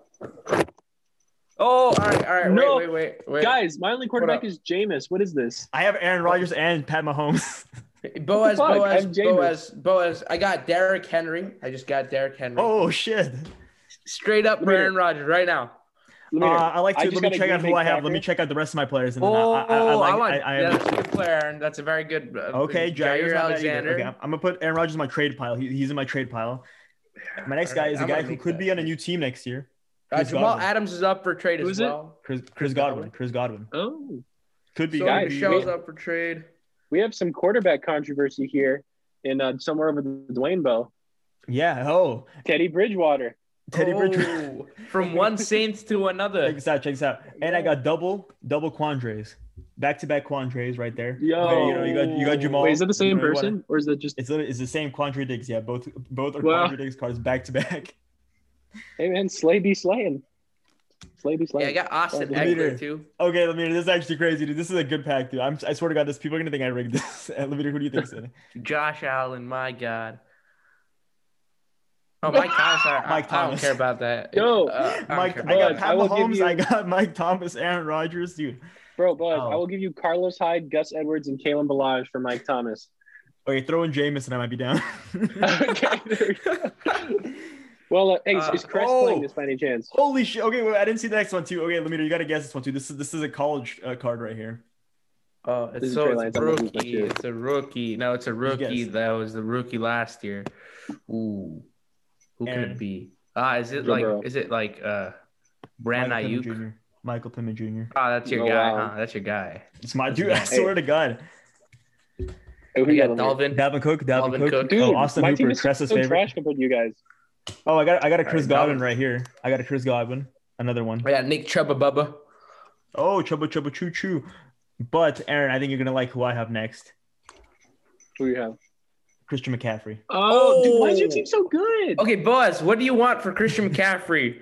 S3: Oh, all right, all right.
S2: No.
S3: Wait, wait, wait, wait.
S2: Guys, my only quarterback
S3: up?
S2: is Jameis. What is this?
S1: I have Aaron Rodgers and Pat Mahomes.
S3: Boaz,
S2: What the fuck?
S3: Boaz,
S2: I'm Jameis.
S3: Boaz, Boaz. I got Derrick Henry. I just got Derrick Henry.
S1: oh shit!
S3: Straight up for
S2: Lemeter.
S3: Aaron Rodgers right now.
S1: Uh,
S2: Let me hear.
S1: I like
S2: I
S1: to
S2: just
S1: let me
S2: got a
S1: check out
S2: Green
S1: who
S2: Bay
S1: I have. Let me
S2: Packer.
S1: check out the rest of my players, and then
S3: Oh,
S1: I, I, I like. I,
S3: want.
S1: I,
S3: yeah,
S1: am-
S3: that's a good player, Aaron. That's a very good. Uh,
S1: okay, Jair's
S3: Jair
S1: not bad either.
S3: Alexander.
S1: Okay, I'm, I'm gonna put Aaron Rodgers in my trade pile. He, he's in my trade pile. My next guy
S3: Alright,
S1: is a
S3: I'm
S1: guy
S3: gonna
S1: who
S3: make
S1: could
S3: that.
S1: be on a new team next year.
S3: Uh,
S1: Chris
S3: Jamal
S1: Godwin.
S3: Adams is up for trade
S2: Who
S3: as
S2: is it?
S3: well.
S1: Chris, Chris Godwin. Chris Godwin
S2: oh,
S1: could be.
S3: Sony
S2: Guys,
S3: Michel's
S2: we-
S3: up for trade.
S2: we have some quarterback controversy here in uh, somewhere over the Dwayne Bow.
S1: Yeah. Oh,
S2: Teddy Bridgewater.
S1: Teddy Bridgewater.
S3: Oh, from one Saints to
S1: Check
S3: another.
S1: this out. Check this out. And I got double, double Quandres, back to back Quandres right there.
S2: Yo.
S1: Okay, you know, you got you got Jamal.
S2: Wait, is that the same
S1: you know, you wanna-
S2: person or is that just?
S1: It's literally, it's the same Quandre Diggs. Yeah, both both are
S2: Wow.
S1: Quandre Diggs cards back to back.
S2: Hey man, Slay be slaying. Slay be
S3: Yeah,
S2: slaying.
S3: I got Austin
S2: Oh,
S1: Lemeter.
S3: Eckler too.
S1: Okay, let me. This is actually crazy, dude. This is a good pack, dude. I'm, I swear to God, this people are gonna think I rigged this. let me. Who do you think's in it?
S3: Josh Allen, my God. Oh, Mike Thomas. I,
S1: Mike
S3: I, I don't
S1: Thomas.
S3: care about that.
S2: Yo,
S3: Uh, I don't
S1: Mike.
S3: care
S1: I got
S3: about
S2: Bud,
S1: Pat
S2: I will give
S1: Mahomes.
S2: you-
S1: I got Mike Thomas, Aaron Rodgers, dude.
S2: Bro, bud,
S1: Oh.
S2: I will give you Carlos Hyde, Gus Edwards, and Kalen Balaj for Mike Thomas.
S1: Okay, throw in Jameis and I might be down.
S2: okay. there we go. well, uh, hey, is- is
S3: Uh,
S2: Chris
S1: oh.
S2: playing this by any chance?
S1: Holy shit! Okay, wait, I didn't see the next one too. Okay, let me. You gotta guess this one too. This is this is a college uh, card right here.
S3: Oh,
S2: This
S3: it's
S2: is
S3: so
S2: Trey Lance.
S3: it's a
S2: I'm gonna lose my
S3: rookie.
S2: shit.
S3: It's a rookie. No, it's a rookie.
S1: guess.
S3: That was the rookie last year. Ooh, who could
S1: Aaron.
S3: it be? Ah, is it
S2: Joe
S3: like?
S2: Burrow.
S3: Is it like? Uh, Brand
S1: Michael Pittman
S3: Ayuk.
S1: Jr. Michael Pittman Jr.
S3: Ah, that's your
S2: Oh,
S3: guy,
S2: wow.
S3: huh? That's your guy.
S1: It's my
S3: That's
S1: dude.
S3: a
S1: I
S3: good-
S1: swear to God.
S2: Hey, who
S3: I
S2: you
S3: got
S2: got on
S3: Dalvin.
S1: Dalvin Cook. Dalvin,
S3: Dalvin
S1: Cook.
S3: Cook.
S2: there?
S1: oh,
S2: Dude,
S1: Austin
S2: my
S1: Hooper,
S2: team is
S1: Cress's
S2: so
S1: favorite.
S2: trash compared to you guys.
S1: Oh, I got I got a
S3: All
S1: Chris
S3: right,
S1: Godwin
S3: Dalvin.
S1: right here. I got a Chris Godwin. Another one.
S3: I got Nick Chuba Bubba.
S1: Oh, chubba chubba choo choo. But Aaron, I think you're gonna like who I have next.
S2: Who you have?
S1: Christian McCaffrey.
S2: Oh, dude, why is your
S3: Oh.
S2: team so good?
S3: Okay, Buzz, what do you want for Christian McCaffrey?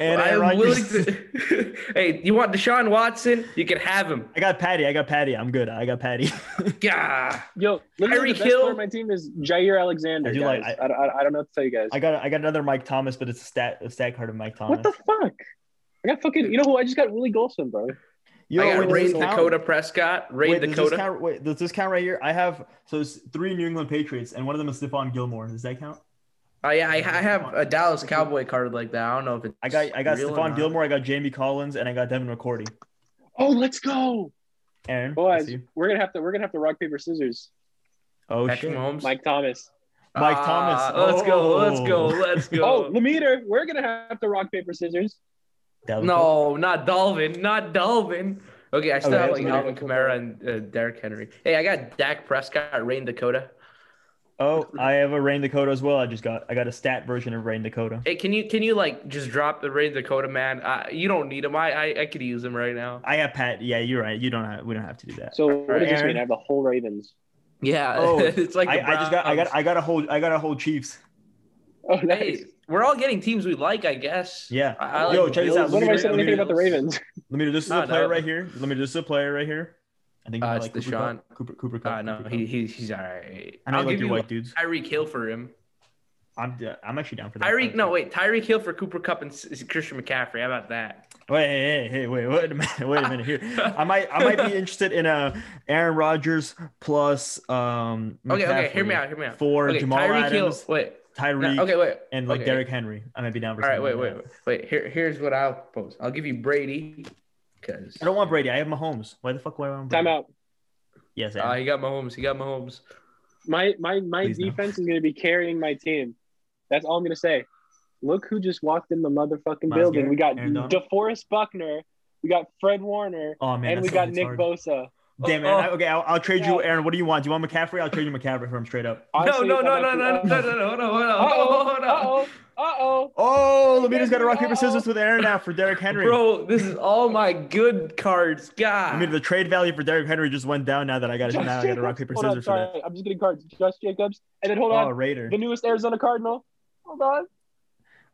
S1: And
S3: I
S1: Aaron
S3: am willing
S1: Rodgers.
S3: to. hey, you want Deshaun Watson? You can have him.
S1: I got Patty. I got Patty. I'm good. I got Patty.
S3: Yeah.
S2: Yo, literally
S3: Tyreek
S2: the best
S3: Hill.
S2: player on my team is Jair Alexander.
S1: I
S2: I,
S1: do like-
S2: guys. I, I, I don't know what to tell you guys.
S1: I got I got another Mike Thomas, but it's a stat a stat card of Mike Thomas.
S2: what the fuck? I got fucking. You know who? I just got Willie Golson, bro.
S1: Yo,
S3: I
S1: wait,
S3: got
S1: does
S3: Ray
S1: this count?
S3: Dakota Prescott. Ray
S1: Wait, Does
S3: Dakota.
S1: this count, wait, does this count right here? I have so it's three New England Patriots, and one of them is Stephon Gilmore. Does that count?
S3: Oh yeah, I, I have a Dallas Cowboy card like that. I don't know if it's.
S1: I got I got
S3: real or
S1: Stephon
S3: not.
S1: Gilmore, I got Jamie Collins, and I got Devin McCourty.
S2: Oh, let's go,
S1: Aaron, that's
S2: boys.
S1: you.
S2: We're gonna have to. We're gonna have to rock paper scissors.
S1: oh
S3: Patrick
S1: shit,
S3: Mahomes.
S2: Mike Thomas.
S1: Mike
S3: Ah,
S1: Thomas.
S3: Let's go. Let's go.
S1: Oh.
S3: Let's go.
S2: Oh, Lemeter. We're gonna have to rock paper scissors.
S1: Dalvin Cook.
S3: no, not Dalvin. Not Dalvin. Okay, I still
S1: Okay,
S3: have
S1: that's
S3: like
S1: okay.
S3: Alvin Kamara and uh, Derrick Henry. Hey, I got Dak Prescott, Rain Dakota.
S1: Oh, I have a Rain Dakota as well. I just got I got a stat version of Rain Dakota.
S3: Hey, can you can you like just drop the Rain Dakota man? Uh, you don't need him. I, I I could use him right now.
S1: I have Pat. Yeah, you're right. You don't have we don't have to do that.
S2: So what does this
S1: Aaron?
S2: mean? I have the whole Ravens.
S3: Yeah,
S1: Oh,
S3: it's like
S1: I,
S3: the
S1: I just got I got I got a whole I got a whole Chiefs.
S2: Oh,
S3: Browns.
S2: nice.
S3: Hey, we're all getting teams we like, I guess.
S1: Yeah.
S3: I, I
S1: Yo,
S3: like
S1: check this
S3: Bills.
S1: out.
S2: What
S1: Let
S2: am
S1: me-
S2: I saying
S1: let me-
S2: anything about the Ravens?
S1: Let me do this is
S3: Nah,
S1: a player
S3: no.
S1: right here. Let me do this is a player right here. I think you
S3: Uh,
S1: might
S3: it's
S1: Cooper
S3: Deshaun.
S1: Cup. Cooper Cooper Cup.
S3: Uh, no,
S1: Cooper
S3: he,
S1: Cup.
S3: he he's all right.
S1: I know
S3: I'll
S1: you like
S3: give
S1: your
S3: you
S1: white dudes.
S3: Tyreek Hill for him.
S1: I'm yeah, I'm actually down for that.
S3: Tyreek, no, wait, Tyreek Hill for Cooper Cup and S- Christian McCaffrey. How about that?
S1: Wait, hey, hey, hey, wait, wait a minute, wait a minute here. I might, I might be interested in uh, Aaron Rodgers plus um.
S3: Okay, okay, hear me
S1: McCaffrey
S3: out, hear me out.
S1: For
S3: okay,
S1: Jamal
S3: Tyreek
S1: Adams,
S3: Hill. Wait, no,
S1: Tyreek,
S3: okay, wait.
S1: and like
S3: okay.
S1: Derrick Henry. I might be down for.
S3: All right, wait,
S1: something like
S3: wait,
S1: that.
S3: wait, wait. Here, here's what I'll propose. I'll give you Brady because
S1: I don't want Brady. I have Mahomes. Why the fuck would I want Brady?
S2: Time out.
S1: Yes, I
S3: Ah, he got Mahomes. He got Mahomes.
S2: My my my
S1: Please no.
S2: defense is going to be carrying my team. That's all I'm going to say. Look who just walked in the motherfucking
S1: Miles
S2: building. We got
S1: Garrett, Aaron Donald.
S2: DeForest Buckner. We got Fred Warner.
S1: Oh man,
S2: and we
S1: that's-
S2: got
S1: that's
S2: Nick
S1: hard.
S2: Bosa.
S1: Damn it.
S3: Oh.
S1: I- okay, I'll, I'll trade you,
S2: Yeah.
S1: Aaron. What do you want? Do you want McCaffrey? I'll trade you McCaffrey for him straight up.
S3: No,
S2: Honestly,
S3: no,
S2: I'm
S3: no, no,
S2: actually-
S3: no, no, no, no, no, hold on,
S2: Uh-oh,
S3: hold on, hold
S2: Uh-oh. Uh-oh.
S1: Oh, Lamita's got a rock
S2: Uh-oh.
S1: paper scissors with Aaron now for Derrick
S3: on.
S1: Henry.
S3: Bro, this is all my good cards.
S1: I
S3: God.
S1: mean, the trade value for Derrick Henry just went down now that I got it.
S2: Josh
S1: Now I got a
S2: Jacobs.
S1: rock paper
S2: Hold on,
S1: scissors for that.
S2: sorry. I'm just getting cards. Josh Jacobs. And then hold
S1: Oh,
S2: on.
S1: Raider.
S2: The newest Arizona Cardinal. Hold on.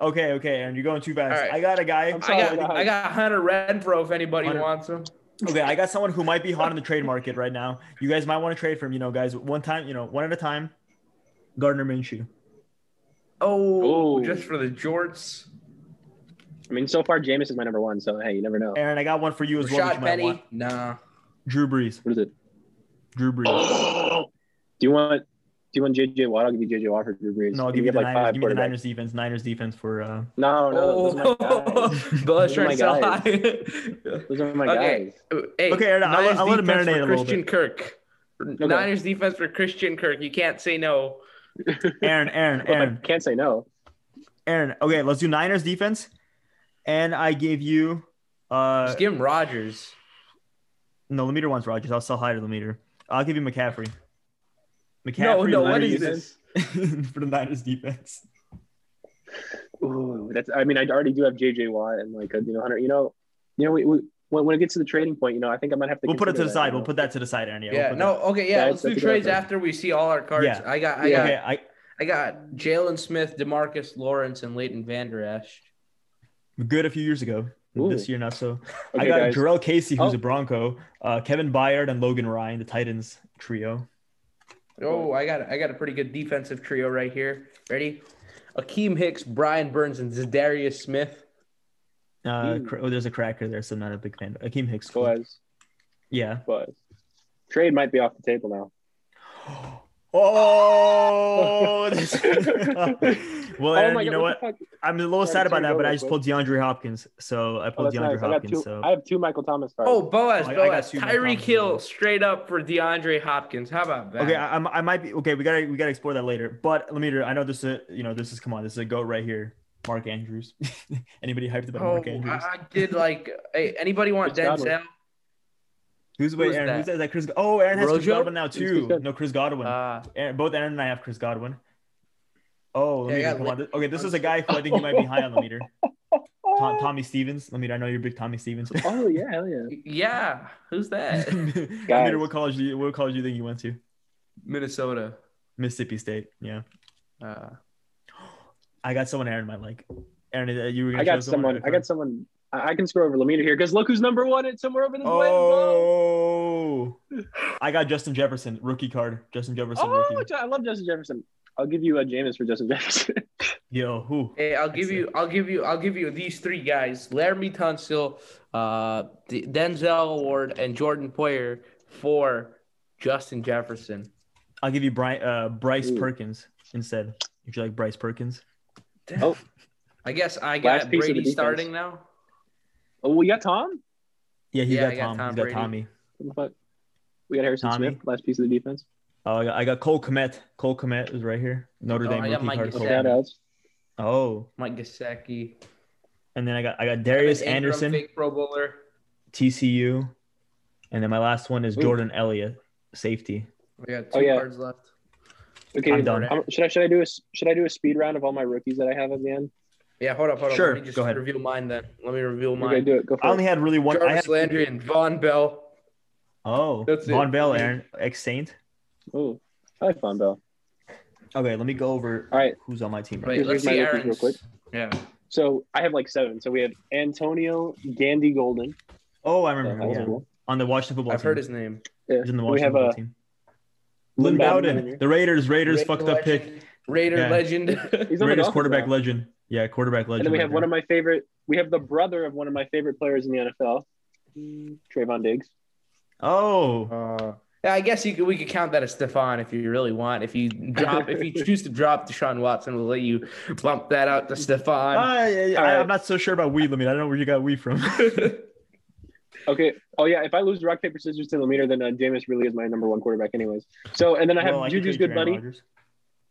S1: Okay, okay, Aaron, you're going too fast.
S3: All right.
S1: I got a guy.
S2: I'm
S3: I
S2: sorry.
S3: got, I got Hunter Renfro if anybody
S1: Hunter-
S3: wants him.
S1: Okay, I got someone who might be hot in the trade market right now. You guys might want to trade for him. You know, guys, one time, you know, one at a time. Gardner Minshew.
S3: Oh,
S2: Ooh.
S3: just for the jorts.
S2: I mean, so far, Jameis is my number one. So, hey, you never know.
S1: Aaron, I got one for you as well. that
S3: Rashad
S1: you might want.
S3: Penny. Nah.
S1: Drew Brees.
S2: What is it?
S1: Drew Brees.
S2: Oh. Do you want? Do you want JJ Watt? I'll give you JJ Watt for Drew Brees.
S1: No, I'll
S2: You
S1: give you
S2: get,
S1: the
S2: like,
S1: Niners.
S2: five
S1: Give me the
S2: quarterbacks.
S1: Niners defense. Niners defense for uh,
S2: No, no, those
S3: Oh,
S2: are my guys.
S3: Those
S2: Those are my
S3: are my
S2: guys.
S3: guys.
S2: Those are my
S3: Okay.
S2: guys.
S3: Hey,
S1: Okay, Aaron, I'll let-
S3: Niners
S1: I'll let it
S3: defense
S1: marinate
S3: for
S1: a little
S3: Christian
S1: bit.
S3: Kirk. Niners defense for Christian Kirk. You can't say no.
S1: Aaron, Aaron,
S2: Well,
S1: Aaron,
S2: I can't say no.
S1: Aaron. Okay, let's do Niners defense. And I gave you uh
S3: Just give him Rodgers.
S1: no Lemeter wants Rogers. I'll sell high to Lemeter. I'll give you McCaffrey. McCaffrey
S3: No, no, what
S1: Leonard
S3: is
S2: defense?
S3: this?
S1: defense for the Niners defense.
S2: Ooh, that's. I mean, I already do have JJ Watt and like a, you know, Hunter. You know, you know, we, we when, when it gets to the trading point, you know, I think I might have to.
S1: We'll put it to
S2: consider
S1: the
S2: that,
S1: side.
S2: you know.
S1: We'll put that to the side, Aaron. Yeah. we'll
S3: Yeah,
S1: put
S3: no, okay, yeah,
S2: That's-
S3: let's do
S2: that's a good
S3: trades
S2: idea.
S3: after we see all our cards.
S1: Yeah.
S3: I got I
S1: that.
S2: Yeah.
S3: got
S1: Okay, I
S3: I got Jalen Smith, Demarcus Lawrence, and Leighton Vander Esch.
S1: good a few years ago.
S2: Ooh.
S1: This year, not so. I
S2: Okay,
S1: got
S2: guys.
S1: Jarrell Casey, who's
S2: Oh.
S1: a Bronco, uh, Kevin Byard, and Logan Ryan, the Titans trio.
S3: Oh, I got I got a pretty good defensive trio right here. Ready? Akeem Hicks, Brian Burns, and Zadarius Smith.
S1: Uh,
S2: Ooh.
S1: cr- oh, there's a cracker there, so I'm not a big fan. Akeem Hicks.
S2: Boys,
S1: Yeah.
S2: boys. Trade might be off the table now.
S1: Oh, that's- well, Aaron, you know
S2: Oh what
S1: what?
S2: the fuck?
S1: I'm a little
S2: Yeah,
S1: sad
S2: sorry,
S1: about that,
S2: go
S1: but I
S2: real
S1: just
S2: quick.
S1: pulled DeAndre Hopkins, so I
S2: Oh,
S1: pulled
S2: that's
S1: DeAndre
S2: nice. I got
S1: Hopkins.
S2: two.
S1: so
S2: I have two Michael Thomas cards.
S3: Oh, Boaz,
S1: Oh, I- I got
S3: Boaz,
S1: two more
S3: Tyreek
S1: comments.
S3: Hill, straight up for DeAndre Hopkins. How about that?
S1: Okay, I, I'm- I might be okay. We gotta we gotta explore that later. But let me. I know this. Is, you know this is come on. This is a goat right here. Mark Andrews. Anybody hyped about
S3: oh,
S1: Mark Andrews?
S3: I, I did like. hey, anybody want
S2: Chris Godwin.
S3: Denzel?
S1: who's wait?
S3: who's
S1: Aaron,
S3: that?
S1: who's that? Is that Chris? Oh, Aaron has Chris
S3: Rojo?
S1: Godwin now
S2: Chris
S1: too.
S2: Godwin.
S1: No, Chris Godwin.
S3: Uh,
S1: Aaron, both Aaron and I have Chris Godwin. Oh, let
S3: Yeah,
S1: me
S3: I got
S1: come
S3: Lin-
S1: on. This- Okay, this is a guy who I think you might be high on the meter. Tom, Tommy Stevens. Let me. I know you're a big Tommy Stevens. fan.
S2: Oh yeah, hell yeah.
S3: yeah, who's that?
S1: Amir, what college do you what college do you think you went to?
S3: Minnesota.
S1: Mississippi State. Yeah.
S3: Uh,
S1: I got someone Aaron might like. Aaron, uh, you were gonna
S2: I got
S1: show
S2: someone. I got someone. I, I can scroll over Lamita here because look who's number one. It's somewhere over this way. Oh,
S1: Oh I got Justin Jefferson, rookie card. Justin Jefferson
S3: Oh,
S1: rookie.
S2: Oh, I love Justin Jefferson. I'll give you a Jameis for Justin Jefferson.
S1: Yo, who?
S3: hey, I'll
S1: I
S3: give
S1: see.
S3: you, I'll give you, I'll give you these three guys: Laramie Tunsil, uh, D- Denzel Ward, and Jordan Poyer for Justin Jefferson.
S1: I'll give you Bry- uh, Bryce
S2: Ooh.
S1: Perkins instead. Would you like Bryce Perkins?
S3: Damn.
S2: Oh.
S3: I guess I got
S2: Last piece of the
S3: Brady
S2: defense.
S3: starting now.
S2: oh, we got Tom.
S1: Yeah, he
S3: Yeah,
S1: got,
S3: I got
S1: Tom.
S3: Tom
S1: He's got
S3: Brady.
S1: Tommy.
S2: What the fuck? We got Harrison
S1: Tommy.
S2: Smith. Last piece of the defense.
S1: Oh, I got, I got Cole Komet. Cole Komet is right here. Notre
S3: Oh,
S1: Dame
S3: I got
S1: rookie
S3: Mike
S1: card. Cole
S2: Shout
S1: Kmet.
S2: outs.
S1: Oh,
S3: Mike Gesicki.
S1: and then I got I got Darius
S3: Evan Ingram,
S1: Anderson,
S3: fake Pro Bowler.
S1: TCU. And then my last one is
S2: Ooh.
S1: Jordan Elliott, safety.
S3: We got
S2: Oh,
S3: two
S2: yeah.
S3: cards left.
S2: Okay,
S1: I'm done.
S2: how- should I should I do a s- should I do a speed round of all my rookies that I have at the end?
S3: Yeah, hold up, hold up.
S1: Sure,
S3: Let me just
S1: go ahead.
S3: reveal mine then. Let me
S1: Oh
S3: reveal
S2: Okay,
S3: mine.
S2: do it. Go
S1: I
S2: for
S1: only
S2: it.
S1: had really one. I
S3: Jarvis
S1: had,
S3: Landry and Von Bell.
S1: oh,
S3: That's it.
S1: Von Bell, Aaron, ex Saint.
S2: Oh, I like Von Bell.
S1: Okay, let me go over
S2: All right,
S1: who's on my team. Right.
S3: Wait,
S2: Here's-
S3: let's
S2: here's
S3: see
S2: my rookies
S3: Aaron's.
S2: real quick.
S3: Yeah.
S2: so I have like seven. So we have Antonio Gandy Golden.
S1: Oh, I
S2: So that
S1: remember.
S2: was
S1: yeah.
S2: cool.
S1: On the Washington football
S3: I've
S1: team.
S3: heard his name.
S2: Yeah.
S1: He's in the
S2: We
S1: Washington
S2: have uh,
S1: football
S2: a
S1: team. Lynn
S2: Lynn
S1: Bowden,
S2: Bowden.
S1: the Raiders. Raiders
S3: Raider
S1: fucked up pick.
S3: legend. Raider
S1: Yeah.
S3: legend.
S2: He's on the
S1: Raiders
S2: Dolphins
S1: quarterback
S2: now.
S1: legend. Yeah, quarterback legend.
S2: And then we
S1: right
S2: have one
S1: there.
S2: of my favorite. We have the brother of one of my favorite players in the NFL, Trayvon Diggs.
S1: Oh,
S3: Uh, yeah, I guess you could, we could count that as Stefan if you really want. If you drop, if you choose to drop Deshaun Watson, we'll let you bump that out to
S1: I,
S3: Stefan.
S2: All
S1: I,
S2: right.
S1: I'm not so sure about weed limit. I don't know where you got weed from.
S2: Okay. Oh yeah. If I lose rock paper scissors to the leader, then uh, Jameis really is my number one quarterback, anyways. So and then I have
S1: Well, I could
S2: Juju's
S1: trade
S2: good
S1: Aaron
S2: buddy,
S1: Rodgers.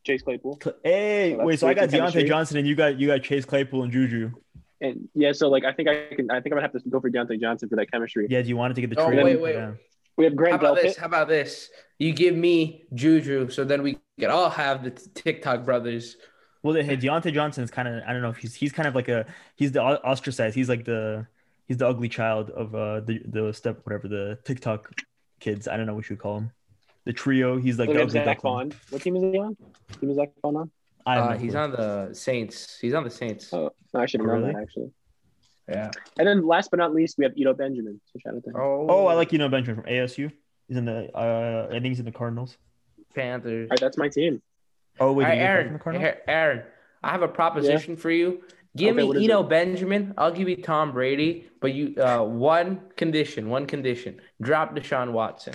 S2: Chase Claypool,
S1: Cl- Hey,
S2: So that's
S1: wait. So I
S2: good
S1: got
S2: chemistry.
S1: Deontay Johnson, and you got you got Chase Claypool and Juju.
S2: and yeah. So like I think I can. I think I'm gonna have to go for Deontay Johnson for that chemistry.
S1: Yeah, do you want it to get the
S3: Oh,
S1: trade?
S2: wait,
S3: wait.
S1: Yeah.
S2: We have
S3: How
S2: Grant
S3: about this?
S2: Delpit.
S3: How about this? You give me Juju, so then we could all have the TikTok brothers.
S1: Well, hey, Deontay Johnson is kind of I don't know if he's he's kind of like a he's the o- ostracized. He's like the he's the ugly child of uh the the step whatever the TikTok kids. I don't know what you would call him. The trio. He's like
S2: Then we
S1: the
S2: have
S1: ugly
S2: Zach
S1: duckling.
S2: Vaughn. What team is he on? What team is Zach Vaughn on?
S1: I have
S3: Uh,
S1: no
S3: he's
S1: clue.
S3: on the Saints. He's on the Saints.
S2: Oh, no, I should have
S1: Oh,
S2: known
S1: really?
S2: that actually.
S3: Yeah.
S2: And then last but not least, we have Ito Benjamin. So shout out to him.
S1: Oh, I like you know Benjamin from ASU. He's in the uh I think he's in the Cardinals.
S3: Panthers.
S2: All right, that's my team.
S1: Oh wait,
S3: All
S1: did he
S3: right,
S1: get back from the
S3: Aaron,
S1: Cardinals?
S3: Aaron, Aaron, I have a proposition for you. Give
S2: Okay, what
S3: me
S2: is
S3: Eno Benjamin. I'll give you Tom Brady, but you uh, one condition, one condition. Drop Deshaun Watson.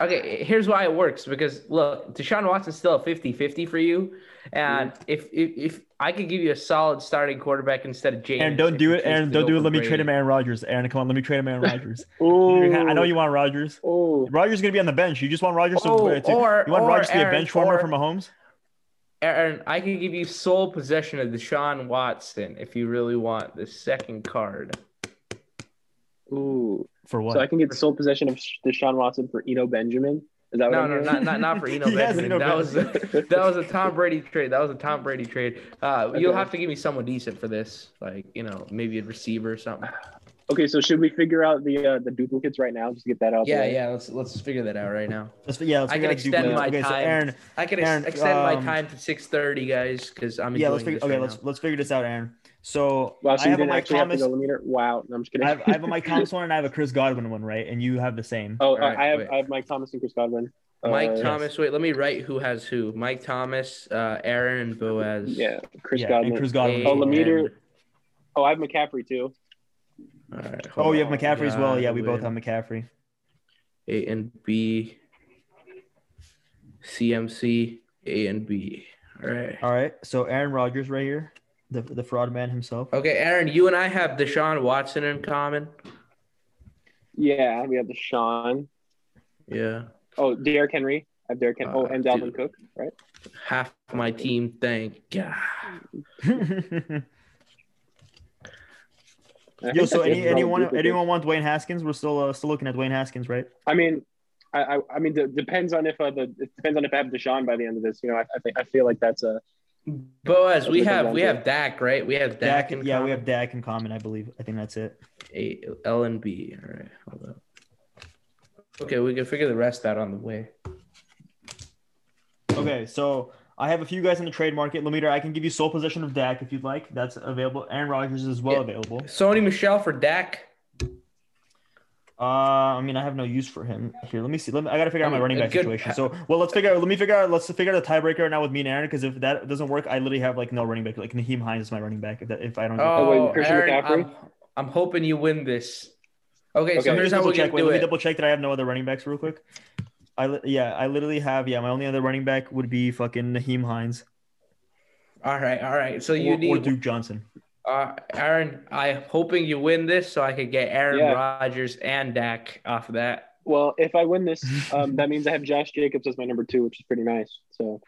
S3: Okay, here's why it works because look, Deshaun Watson's still a 50-50 for you. And
S1: Mm-hmm.
S3: if, if if I could give you a solid starting quarterback instead of James.
S1: Aaron, don't do it. Aaron, don't do it. Let me trade him Aaron Rodgers. Aaron, come on, let me trade him Aaron Rodgers.
S2: Oh,
S1: I know you want Rodgers.
S2: Oh,
S1: Rodgers is gonna be on the bench. You just want Rodgers to, uh,
S3: Oh,
S1: to-
S3: or-
S1: you want
S3: or
S1: Rodgers to be a
S3: Aaron,
S1: bench warmer
S3: or-
S1: for Mahomes?
S3: Aaron, I could give you sole possession of Deshaun Watson if you really want the second card.
S2: ooh.
S1: For what?
S2: So I can get sole possession of Sh- Deshaun Watson for Eno Benjamin. Is that what
S3: No,
S2: I'm
S3: no,
S2: hearing?
S3: not not, not for Eno
S1: He has
S3: Benjamin.
S1: Eno
S3: that was
S2: Benjamin.
S3: that was a Tom Brady trade. That was a Tom Brady trade. Uh, You'll
S2: Okay.
S3: have to give me someone decent for this, like you know, maybe a receiver or something.
S2: Okay, so should we figure out the uh, the duplicates right now? Just get that out.
S3: Yeah,
S2: there?
S3: yeah. Let's let's figure that out right now.
S1: Let's, yeah, let's
S3: I
S1: figure
S3: can
S1: out the
S3: extend
S1: duplicates.
S3: my
S1: okay, So
S3: time.
S1: Aaron,
S3: I can
S1: Aaron,
S3: ex- extend
S1: um,
S3: my time to six thirty, guys, because I'm
S1: yeah,
S3: enjoying
S1: let's figure.
S3: this
S1: Okay,
S3: right
S1: let's
S3: now.
S1: let's figure this out, Aaron. So,
S2: Wow,
S1: I
S2: so you
S1: have a
S2: didn't
S1: Mike
S2: actually
S1: Thomas.
S2: have to go meter. Wow, no, I'm
S1: I
S2: just kidding.
S1: have, I have a Mike Thomas one, and I have a Chris Godwin one, right? And you have the same.
S2: oh,
S3: Alright,
S2: I have
S3: wait.
S2: I have Mike Thomas and Chris Godwin. Uh,
S3: Mike Thomas. Wait, let me write who has who. Mike Thomas, uh, Aaron, and Boaz.
S2: Yeah, Chris
S1: yeah,
S2: Godwin.
S1: and Chris Godwin.
S2: Oh,
S3: Hey,
S2: Lamita.
S3: Aaron.
S2: Oh, I have McCaffrey too.
S3: All right, hold
S1: Oh, you have
S3: on.
S1: McCaffrey as well. Yeah, we both
S3: Godwin.
S1: have McCaffrey.
S3: A and B, CMC, A and B. All right.
S1: All right. So Aaron Rodgers right here, the the fraud man himself.
S3: Okay, Aaron, you and I have Deshaun Watson in common.
S2: Yeah, we have the Sean.
S3: Yeah.
S2: Oh, Derrick Henry. I have Derrick Henry. Oh,
S3: Uh,
S2: and Dalvin
S3: dude.
S2: Cook. Right.
S3: Half my team, thank God.
S2: And I
S1: Yo,
S2: think
S1: so
S2: that's
S1: any,
S2: it for all the
S1: anyone
S2: duplicates.
S1: anyone want Dwayne Haskins? We're still uh, still looking at Dwayne Haskins, right?
S2: I mean, I, I, I mean, de- depends on if uh, the it depends on if I have Deshaun by the end of this. You know, I, I think I feel like that's a That's
S3: Boaz, we
S2: what it
S3: have
S2: comes
S3: we
S2: down
S3: have Dak, right? We have Dak,
S1: Dak,
S3: in
S1: yeah,
S3: common.
S1: we have Dak in common, I believe. I think that's it.
S3: A, L and B. All right, hold up. Okay, we can figure the rest out on the way.
S1: Okay, so I have a few guys in the trade market. Lemeter, I can give you sole possession of Dak if you'd like. That's available. Aaron Rodgers is well
S3: Yeah.
S1: available.
S3: Sony Michelle for Dak.
S1: Uh, I mean, I have no use for him here. Let me see. Let me, I gotta figure out my running back
S3: Oh, Good-
S1: situation. So, well, let's figure out. Let me figure out. Let's figure out a tiebreaker right now with me and Aaron because if that doesn't work, I literally have like no running back. Like Naheem Hines is my running back. If that if I don't. get that.
S2: wait,
S3: Oh,
S2: Christian
S3: Aaron,
S2: McCaffrey?
S3: I'm, I'm hoping you win this. Okay,
S2: Okay,
S3: so
S1: Let me
S3: here's
S1: just
S3: how
S1: double
S3: we can
S1: check. Wait,
S3: do
S1: let me
S3: it.
S1: double check that I have no other running backs real quick. I li- yeah, I literally have yeah. My only other running back would be fucking Naheem Hines
S3: All right, all right. So you
S1: or, or
S3: need
S1: Duke Johnson.
S3: Uh, Aaron, I'm hoping you win this so I could get Aaron
S2: Yeah.
S3: Rodgers and Dak off of that.
S2: well. If I win this, um, that means I have Josh Jacobs as my number two, which is pretty nice. So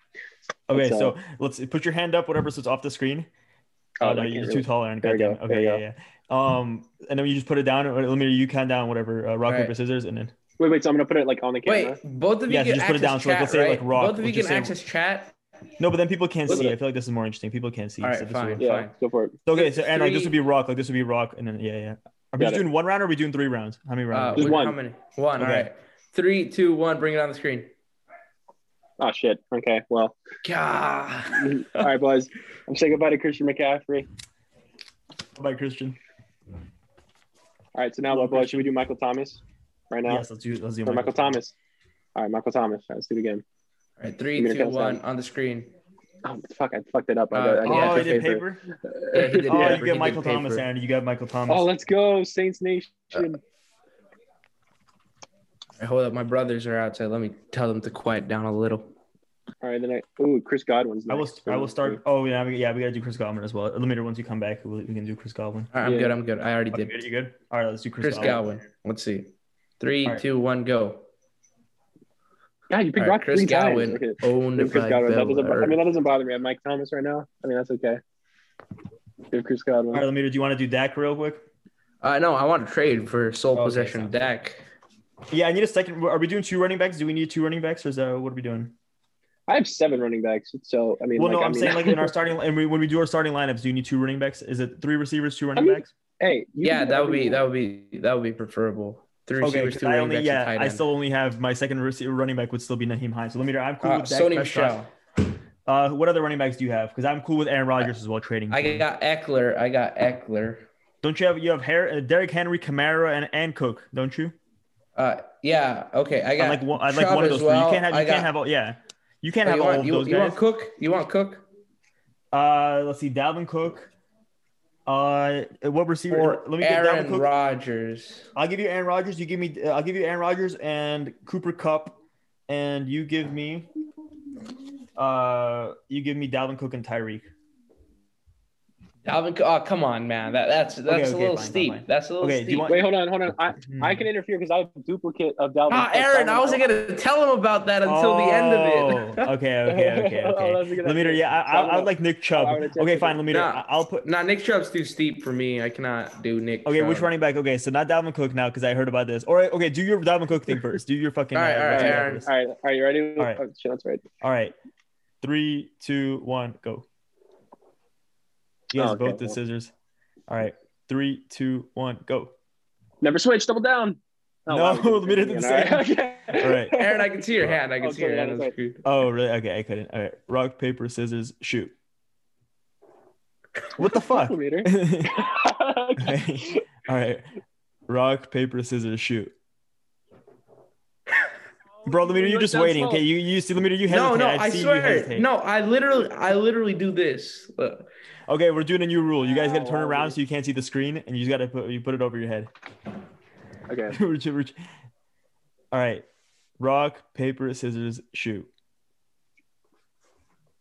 S1: Okay,
S2: Let's, uh,
S1: so let's put your hand up, whatever, so it's off the screen.
S2: Oh,
S1: Oh
S2: I
S1: no,
S2: can't
S1: you're
S2: really-
S1: too tall, Aaron.
S2: There we
S1: Goddamn.
S2: go,
S1: Okay,
S2: there
S1: yeah,
S2: we
S1: yeah. Um, and then you just put it down. Or let me you count down whatever uh, rock
S3: Right.
S1: paper scissors, and then
S2: Wait, wait. So I'm gonna put it like on the camera.
S3: Wait, both of you
S1: Yeah, so
S3: can
S1: just
S3: access
S1: put it down, so,
S3: chat,
S1: like, let's say, like,
S3: right?
S1: rock,
S3: Both of
S1: let's
S3: you can
S1: just say-
S3: access chat.
S1: no, but then people can't
S2: Look at
S1: see.
S2: it.
S1: I feel like this is more interesting. People can't see.
S3: All right,
S1: this is
S3: fine.
S1: weird.
S2: yeah,
S3: fine.
S2: go for it.
S1: So, okay, so and like this
S3: Three.
S1: would be rock, like this would be rock, and then yeah, yeah. Are we
S2: Got
S1: just
S2: it.
S1: doing one round, or are we doing three rounds? How many
S3: Uh,
S1: rounds?
S2: Just
S3: wait,
S2: one.
S3: How many? One.
S1: Okay.
S3: All right. Three, two, one. Bring it on the screen.
S2: Oh shit. Okay. Well.
S3: God.
S2: All right, boys. I'm saying goodbye to Christian McCaffrey.
S1: Bye, Christian.
S2: All right. So now,
S1: Love
S2: boys, should we do Michael Thomas right now?
S1: Yes, let's do. Let's do.
S2: Or Michael Thomas. All right, Michael Thomas. All right, let's do it again.
S3: All right, three,
S2: Give me the
S3: two,
S2: countdown.
S3: one on the screen.
S2: Oh fuck! I fucked it up. I,
S3: Uh,
S2: I
S3: Yeah,
S1: Oh,
S2: I
S1: you did paper.
S3: Yeah, he did
S1: Oh,
S3: paper,
S1: you
S3: he
S1: get
S3: did
S1: Michael
S3: paper.
S1: Thomas, Andy. You got Michael Thomas.
S2: Oh, let's go, Saints Nation.
S3: All right, hold up, my brothers are outside. Let me tell them to quiet down a little.
S2: All right, then I. Ooh, Chris Godwin's.
S1: I will.
S2: next.
S1: I will start. Oh yeah, we, yeah. We gotta do Chris Goblin as well. Let me know once you come back. We, we can do Chris Goblin.
S3: All right, I'm
S2: Yeah.
S3: good. I'm good. I already
S1: Okay,
S3: did.
S1: you good? All right, let's do Chris,
S3: Chris Godwin. Let's see. Three,
S1: All right.
S3: two, one, go.
S2: Yeah, you picked
S3: All right,
S2: rock
S3: Chris
S2: three times.
S3: Godwin
S2: Okay.
S3: owned
S2: Give Chris
S3: by
S2: Godwin. That doesn't,
S3: Bell.
S2: I mean, that doesn't bother me. I have Mike Thomas right now. I mean, that's okay. Give Chris Godwin.
S1: All right, let me. Do you want to do Dak real quick?
S3: Uh, no, I want to trade for sole
S1: Okay,
S3: possession
S1: sounds
S3: deck.
S1: Yeah, I need a second. Are we doing two running backs? Do we need two running backs, or is that what are we doing?
S2: I have seven running backs. So I mean,
S1: Well,
S2: like,
S1: no,
S2: I
S1: I'm
S2: mean-
S1: saying like in our starting, and we, when we do our starting lineups, do you need two running backs? Is it three receivers, two running
S2: mean,
S1: backs?
S2: hey, you
S3: Yeah,
S2: can do
S3: that would
S2: whatever
S3: be
S2: you
S3: that
S2: want.
S3: would be that would be preferable. Three
S1: Okay,
S3: receivers,
S1: 'cause
S3: two
S1: I
S3: running
S1: only
S3: backs, and
S1: yeah,
S3: tight
S1: I
S3: end.
S1: still only have my second receiver running back would still be Naheem Hines. So let me. I'm cool
S3: uh,
S1: with Dak
S3: Sony
S1: Prescott.
S3: Michelle.
S1: Uh, what other running backs do you have? Because I'm cool with Aaron Rodgers as well trading. for
S3: I
S1: him.
S3: got Eckler. I got Eckler.
S1: Don't you have you have Har- uh, Derrick Henry, Kamara, and, and Cook? Don't you?
S3: Uh, yeah. Okay, I
S1: I
S3: got.
S1: like one. I like
S3: Chubb
S1: one of
S3: as
S1: those
S3: well.
S1: three. You can't have. You
S3: I
S1: can't
S3: got-
S1: have all. Yeah, you can't
S3: oh,
S1: have
S3: you
S1: all
S3: want,
S1: of
S3: you,
S1: those
S3: you
S1: guys.
S3: want Cook? You want Cook?
S1: uh, let's see, Dalvin Cook. Uh, what receiver?
S3: Or
S1: let me get Dalvin
S3: Aaron
S1: Cook.
S3: Rodgers?
S1: I'll give you Aaron Rodgers. You give me. uh, I'll give you Aaron Rodgers and Cooper Cup, and you give me. Uh, you give me Dalvin Cook and Tyreek.
S3: Dalvin. Cook- Oh, come on, man. That that's that's
S1: okay,
S3: a little
S1: fine, fine,
S3: steep.
S1: fine.
S3: That's a little
S1: Okay, do you
S3: steep.
S1: want-
S2: Wait, hold on, hold on. I
S1: Hmm.
S2: I can interfere because I have a duplicate of Dalvin.
S3: Ah,
S2: Cook.
S3: Aaron, I wasn't
S2: Dalvin-
S3: gonna tell him about that until the end of it.
S1: Hmm. Oh, okay, okay, okay,
S2: Oh,
S1: okay.
S2: that's a good
S1: Lemeter,
S2: idea.
S1: yeah, I, I, I would like Nick Chubb.
S2: I would've taken
S1: Okay,
S2: it.
S1: fine, Lemeter.
S3: Nah.
S1: I- I'll put.
S3: nah, Nick Chubb's too steep for me. I cannot do Nick.
S1: Okay, which
S3: Chubb.
S1: running back? Okay, so not Dalvin Cook now because I heard about this. All right, okay, do your Dalvin Cook thing first. Do your fucking.
S3: All right,
S1: uh,
S3: all right,
S1: running back
S3: Aaron.
S1: first.
S2: All right, are you ready?
S1: All right.
S2: Oh, shit, that's right.
S1: All right, three, two, one, go. You guys
S2: Oh, okay,
S1: both the
S2: well.
S1: scissors. All right, three, two, one, go.
S2: Never switch. Double down. Oh,
S1: No,
S2: wow, did
S1: we did
S2: it
S1: the
S2: again.
S1: same.
S2: All right, okay.
S1: All right.
S3: Aaron, I can see your hand. I can
S2: Oh,
S3: see your
S2: sorry,
S3: hand. on the
S2: sorry.
S3: screen.
S1: Oh, really? Okay, I couldn't. All right, rock, paper, scissors, shoot. What the fuck?
S2: Lemeter.
S1: All right, rock, paper, scissors, shoot. Bro, Lemeter, you're just waiting. Okay, you you see, Lemeter, you
S3: No,
S1: hesitate.
S3: no,
S1: I,
S3: I
S1: see you
S3: swear.
S1: hesitate.
S3: No, I literally, I literally do this. Look.
S1: Okay, we're doing a new rule. You guys got to turn
S2: Wow,
S1: around
S2: dude.
S1: so you can't see the screen, and you just got to put you put it over your head.
S2: Okay.
S1: We're ju- we're ju- All right, rock, paper, scissors, shoot.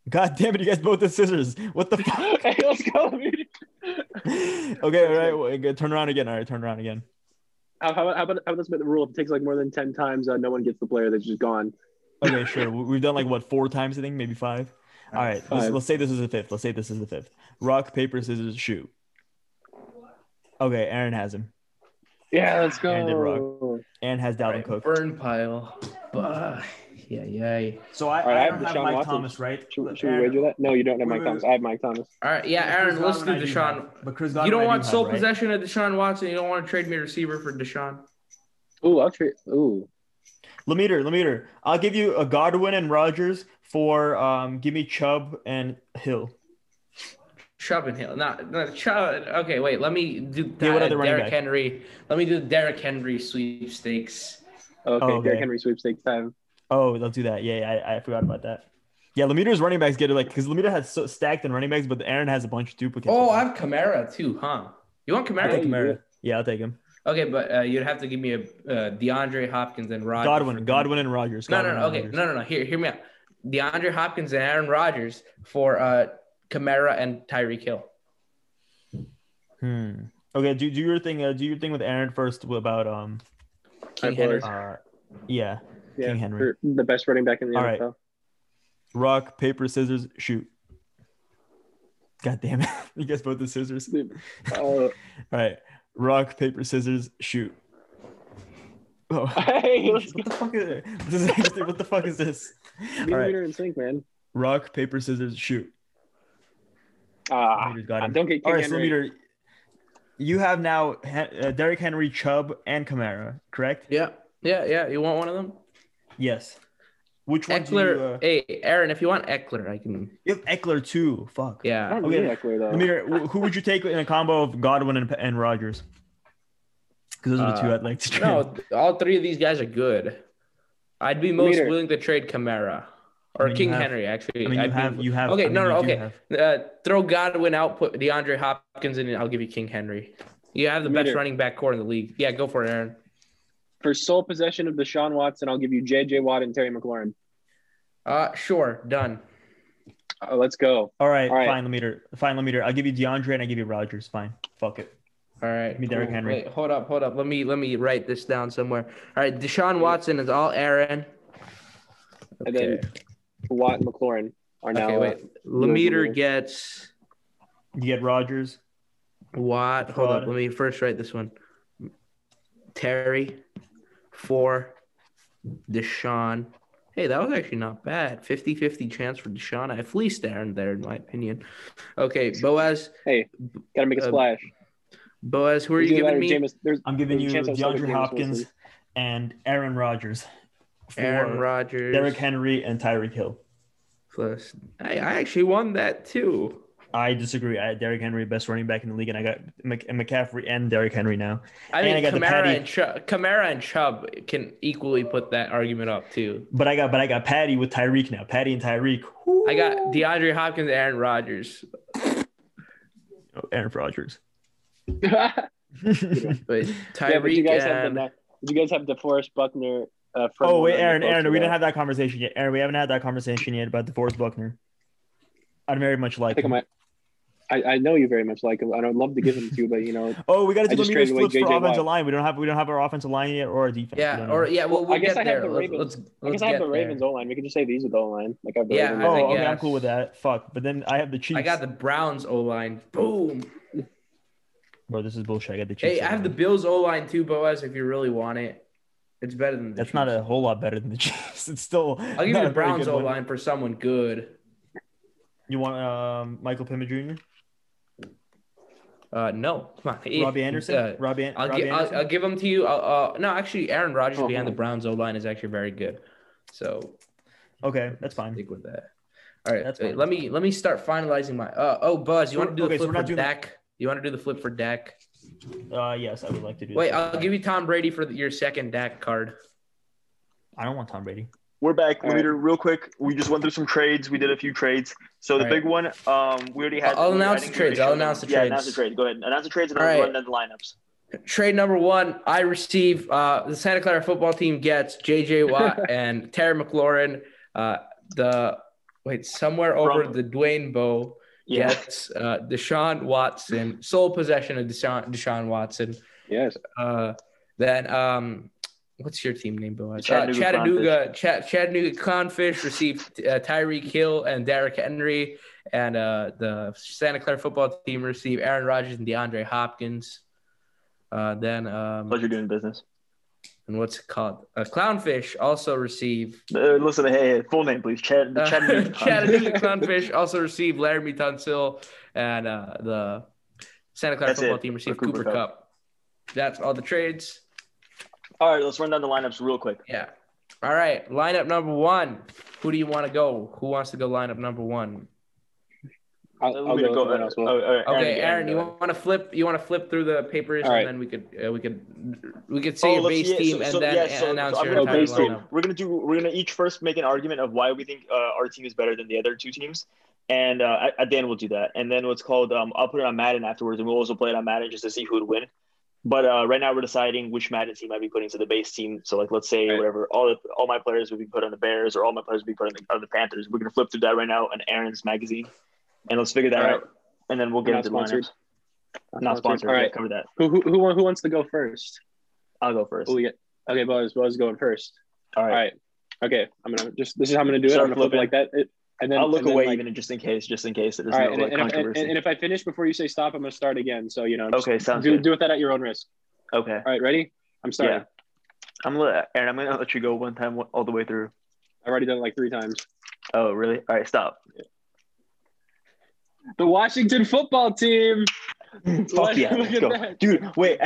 S1: God damn it! You guys both the scissors. What the fuck?
S2: Hey, let's go. Lemeter.
S1: okay, all right. well, good. Turn around again. All right, turn around again.
S2: How, how, how about how about this make the rule? If it takes like more than ten times, uh, no one gets the player that's just gone.
S1: Okay, sure. We- We've done like what four times, I think, maybe five. All right, this-
S2: Five.
S1: let's say this is the fifth. Let's say this is the fifth. Rock, paper, scissors, shoot. Okay, Aaron has him.
S2: Yeah, let's go.
S1: And did rock. Aaron has Dalvin
S3: Right,
S1: Cook.
S3: Burn pile. Bah. Yeah, yeah.
S1: So I,
S2: All right, I
S1: I
S2: have
S1: don't have
S2: Deshaun
S1: Mike
S2: Watson.
S1: Thomas, right?
S2: Should, should we
S1: Aaron-
S2: wager that? No, you don't have
S1: Wait,
S2: Mike
S1: wait,
S2: Thomas.
S1: wait.
S2: I have Mike Thomas.
S3: All right, yeah,
S1: Chris
S3: Aaron, let's do
S1: Godwin I
S3: Deshaun.
S1: have, But Chris
S3: You
S1: Godwin I
S3: don't
S1: do
S3: want
S1: have,
S3: sole
S1: right?
S3: possession of Deshaun Watson. You don't want to trade me receiver for Deshaun.
S2: Ooh, I'll trade. Ooh,
S1: Lemeter, Lemeter. I'll give you a Godwin and Rogers for um. Give me Chubb and Hill.
S3: Chubb and Hill. Not, not Chubb. Okay, wait. Let me do that.
S1: Yeah, what other running
S3: Derrick
S1: back?
S3: Henry. Let me do Derrick Henry sweepstakes.
S2: okay.
S1: Oh, okay.
S2: Derrick Henry sweepstakes time.
S1: Oh, they'll do that. Yeah, yeah, I, I forgot about that. Yeah, Lemeter's running backs get it like because Lemeter has so stacked in running backs, but Aaron has a bunch of duplicates.
S3: Oh, I have Kamara too, huh? You want
S1: I'll
S2: Yeah,
S1: take
S2: you
S3: Kamara?
S1: Kamara.
S2: do.
S1: Yeah, I'll take him.
S3: Okay, but uh, you'd have to give me a uh, DeAndre Hopkins and Rod.
S1: Godwin, Godwin, and Rogers.
S3: No, no,
S1: Godwin
S3: no.
S1: and
S3: Okay,
S1: Rodgers.
S3: no, no, no. Here, hear me out. DeAndre Hopkins and Aaron Rodgers for uh, Kamara and Tyreek Hill.
S1: Hmm. Okay, do, do your thing. Uh, do your thing with Aaron first about um.
S3: King
S2: Alright,
S3: Henry.
S2: boys.
S1: Uh, yeah.
S2: Yeah,
S1: King Henry.
S2: for the best running back in the
S1: All right.
S2: NFL.
S1: Rock, paper, scissors, shoot. God damn it. you guys both the scissors.
S2: Uh,
S1: All right. Rock, paper, scissors, shoot. Oh.
S2: hey, let's
S1: what the fuck is this? is actually- what the fuck is this?
S2: get
S1: All right.
S2: meter in sync, man.
S1: Rock, paper, scissors, shoot.
S2: Ah,
S3: Ah,
S1: Meter's got him.
S2: don't get King
S1: All right, so
S2: Henry.
S1: meter. You have now Hen- uh, Derrick Henry, Chubb, and Kamara, correct?
S3: Yeah, yeah, yeah. You want one of them?
S1: Yes. Which one? do
S3: Eckler.
S1: You, uh,
S3: Hey, Aaron, if you want Eckler, I can.
S1: you have Eckler too. Fuck.
S2: I
S3: Yeah.
S2: don't
S1: Okay.
S2: need Eckler though.
S1: Meter, wh- who would you take in a combo of Godwin and, and Rogers? Because those are the two
S3: Uh,
S1: I'd like to try.
S3: No, all three of these guys are good. I'd be most
S2: Meter.
S3: willing to trade Kamara
S1: I
S3: or
S1: mean, you
S3: King
S1: have-
S3: Henry. Actually,
S1: I mean, you
S3: I'd be-
S1: have, you have.
S3: Okay,
S1: I mean,
S3: no, no,
S1: you do
S3: okay.
S1: have-
S3: Uh, throw Godwin out, put DeAndre Hopkins in, and I'll give you King Henry. You have the best
S2: Meter.
S3: running back core in the league. Yeah, go for it, Aaron.
S2: For sole possession of Deshaun Watson, I'll give you J.J. Watt and Terry McLaurin.
S3: Uh, sure, done.
S2: Uh, let's go.
S1: All right,
S2: All right.
S1: fine, Lemeter. Fine, Lemeter. I'll give you DeAndre and I give you Rogers. Fine. Fuck it.
S3: All right,
S1: me Derrick Henry.
S3: Wait, hold up, hold up. Let me let me write this down somewhere. All right, Deshaun Watson is all Aaron.
S2: And then Watt and McLaurin are now.
S3: okay, wait.
S2: uh,
S3: Lemeter gets
S1: You get Rogers.
S3: Watt. Hold up.
S1: Fraud.
S3: Let me first write this one. Terry for Deshaun. Hey, that was actually not bad. 50 50 chance for Deshaun. I fleeced Aaron there, in my opinion. Okay, Boaz.
S2: gotta make a
S3: uh,
S2: splash.
S3: Boaz, who are you
S2: Either that
S3: giving
S2: or
S3: me?
S2: Jameis- there's-
S1: I'm giving you
S2: There's a chance I'm still
S1: DeAndre
S2: giving James
S1: Hopkins
S2: Wilson.
S1: and Aaron Rodgers for
S3: Aaron Rodgers.
S1: Derrick Henry and Tyreek Hill.
S3: Plus, I, I actually won that too.
S1: I disagree. I had Derrick Henry best running back in the league, and I got Mc- McCaffrey and Derrick Henry now.
S3: I
S1: And I
S3: mean,
S1: got the
S3: Kamara
S1: Patty.
S3: and, Chubb, Kamara and Chubb can equally put that argument up too.
S1: But I got but I got Patty with Tyreek now. Patty and Tyreek.
S3: I got DeAndre Hopkins, Aaron Rodgers.
S1: Oh, Aaron Rodgers.
S3: But
S2: yeah, but you
S3: Tyreek
S2: guys have
S3: and
S2: the neck. You guys have DeForest Buckner. Uh, from
S1: oh wait,
S2: Orlando
S1: Aaron,
S2: folks
S1: Aaron, we
S2: about-
S1: didn't have that conversation yet. Aaron, we haven't had that conversation yet about DeForest Buckner. I'd very much
S2: I
S1: like.
S2: think I
S1: him.
S2: might. I, I know you very much like him. I don't love to give him to you, but you know,
S1: Oh, we got
S2: I
S1: to do
S2: just
S1: the meter
S2: traded away
S1: flips for
S2: J.J.
S1: offensive
S2: Watt.
S1: line. We don't have we don't have our offensive line yet or our defense. We
S3: yeah,
S1: don't know.
S3: or yeah, well,
S2: Well,
S3: we'll
S2: I guess
S3: get
S2: I have
S3: there.
S2: the
S3: Let's-
S2: I
S3: let's-
S2: guess
S3: let's
S2: I have
S3: get
S2: the
S3: there.
S2: Ravens O line. We can just say these are the O line. Like I have the
S3: Yeah,
S2: Ravens
S3: I
S1: oh,
S2: O-line.
S1: okay, I'm cool
S3: guess.
S1: with that. Fuck, but then I have the Chiefs.
S3: I got the Browns O line. Boom.
S1: Bro, this is bullshit. I got the Chiefs.
S3: Hey, I have the Bills O line too, Boaz. If you really want it, it's better than the
S1: That's not
S3: Chiefs.
S1: a whole lot better than the Chiefs. It's still.
S3: I'll give you the Browns O line for someone good.
S1: You want um, Michael Pima Jr.
S3: Uh, no, come on. Eh,
S1: Robbie Anderson.
S3: uh,
S1: Robbie. An-
S3: I'll,
S1: Robbie
S3: gi- I'll,
S1: Anderson?
S3: I'll give them to you. I'll, uh, no, actually, Aaron Rodgers
S2: Oh,
S3: behind the
S2: hold on.
S3: Browns O line is actually very good. So
S1: okay, that's fine.
S3: stick with that. All right,
S1: That's
S3: wait,
S1: fine.
S3: let me let me start finalizing my. Uh, oh, Buzz, you
S1: So-
S3: want to do
S1: okay,
S3: the
S1: so
S3: flip
S1: we're not
S3: for
S1: doing-
S3: Dak? You want to do the flip for Dak?
S1: Uh, yes, I would like to do.
S3: Wait,
S1: that.
S3: I'll give you Tom Brady for the, your second Dak card.
S1: I don't want Tom Brady.
S4: We're back,
S2: All right.
S4: Leader, real quick. We just went through some trades. We did a few trades. So the
S3: All right.
S4: big one, um, we already had.
S3: I'll
S4: I
S3: announce
S4: think
S3: the
S4: we already
S3: trades. I'll
S4: showed
S3: announce
S4: them.
S3: the
S4: yeah,
S3: trades.
S4: announce the trade. Go ahead. Announce the trades and
S3: All
S4: I'll
S3: right.
S4: run down the lineups.
S3: Trade number one, I receive uh, the Santa Clara football team gets JJ Watt and Terry McLaurin. Uh, the wait, somewhere over
S4: From-
S3: the Dwayne Bow
S4: Yeah.
S3: gets uh, Deshaun Watson, sole possession of Deshaun, Deshaun Watson.
S2: Yes.
S3: Uh, then um, what's your team name, Boaz?
S4: The
S3: Chattanooga, uh,
S4: Chattanooga
S3: Chattanooga, Chat, Chattanooga Confish received uh, Tyreek Hill and Derrick Henry, and uh, the Santa Clara football team received Aaron Rodgers and DeAndre Hopkins. Uh, then um,
S4: Pleasure doing business.
S3: and what's it called? Uh, Clownfish also received
S4: Uh, listen, hey, hey, full name, please. Chad.
S3: uh,
S4: Chattanooga.
S3: Chattanooga Clownfish also received Laramie Tunsil, and uh, the Santa Clara
S4: That's
S3: football
S4: it
S3: team received
S4: for Cooper
S3: Cooper
S4: Kupp.
S3: Cup. That's all the trades.
S4: All right, let's run down the lineups real quick.
S3: Yeah. All right. Lineup number one. Who do you want to go? Who wants to go lineup number one?
S2: I'll, I'll
S4: Leader,
S2: go, with someone else.
S4: Oh, all right,
S3: Okay, Aaron,
S4: go
S3: you
S4: ahead.
S3: want to flip? You want to flip through the papers,
S2: All
S3: and
S2: right.
S3: then we could uh, we could we could say
S4: Oh,
S3: your
S4: let's-
S3: base
S4: yeah,
S3: team
S4: so-
S3: and
S4: so-
S3: then
S4: yeah, so-
S3: announce
S4: so I'm
S3: your
S4: gonna
S2: go
S3: entire
S2: base team.
S3: lineup.
S4: We're gonna do. We're gonna each first make an argument of why we think uh, our team is better than the other two teams, and uh, at- at the end we'll do that. And then what's called, um, I'll put it on Madden afterwards, and we'll also play it on Madden just to see who would win. But uh, right now we're deciding which Madden team I'd be putting to the base team. So like, let's say
S2: Right.
S4: whatever, all the, all my players would be put on the Bears, or all my players would be put on the, on the Panthers. We're gonna flip through that right now on Aaron's magazine, and let's figure that
S2: All right.
S4: out, and then we'll get
S2: Not
S4: into the
S2: sponsored.
S4: lineups. Not sponsored.
S2: All
S4: yeah,
S2: right.
S4: cover that.
S2: Who, who, who, wa- who wants to go first?
S4: I'll go first.
S2: Who we get? Okay, Buzz. Buzz is going first.
S4: All
S2: All
S4: right.
S2: right. Okay. I'm gonna just. This is how I'm gonna do it.
S4: Start
S2: I'm gonna flip it
S4: flipping.
S2: like that. It, And then
S1: I'll look
S2: and then,
S1: away
S2: like-
S1: even just in case, just in case. There's
S2: all right,
S1: no
S2: and,
S1: like,
S2: and if, and,
S1: controversy.
S2: and if I finish before you say stop, I'm gonna start again. So you know, just
S1: okay, sounds
S2: do
S1: good.
S2: do with that at your own risk.
S1: okay,
S2: All right, ready? I'm starting.
S1: Yeah. I'm gonna Aaron. I'm gonna let you go one time all the way through.
S2: I've already done it like three times.
S1: Oh, really? All right, stop.
S2: The Washington football team.
S1: Fuck yeah,
S2: Look
S1: let's
S2: at
S1: go.
S2: that.
S1: Dude, wait.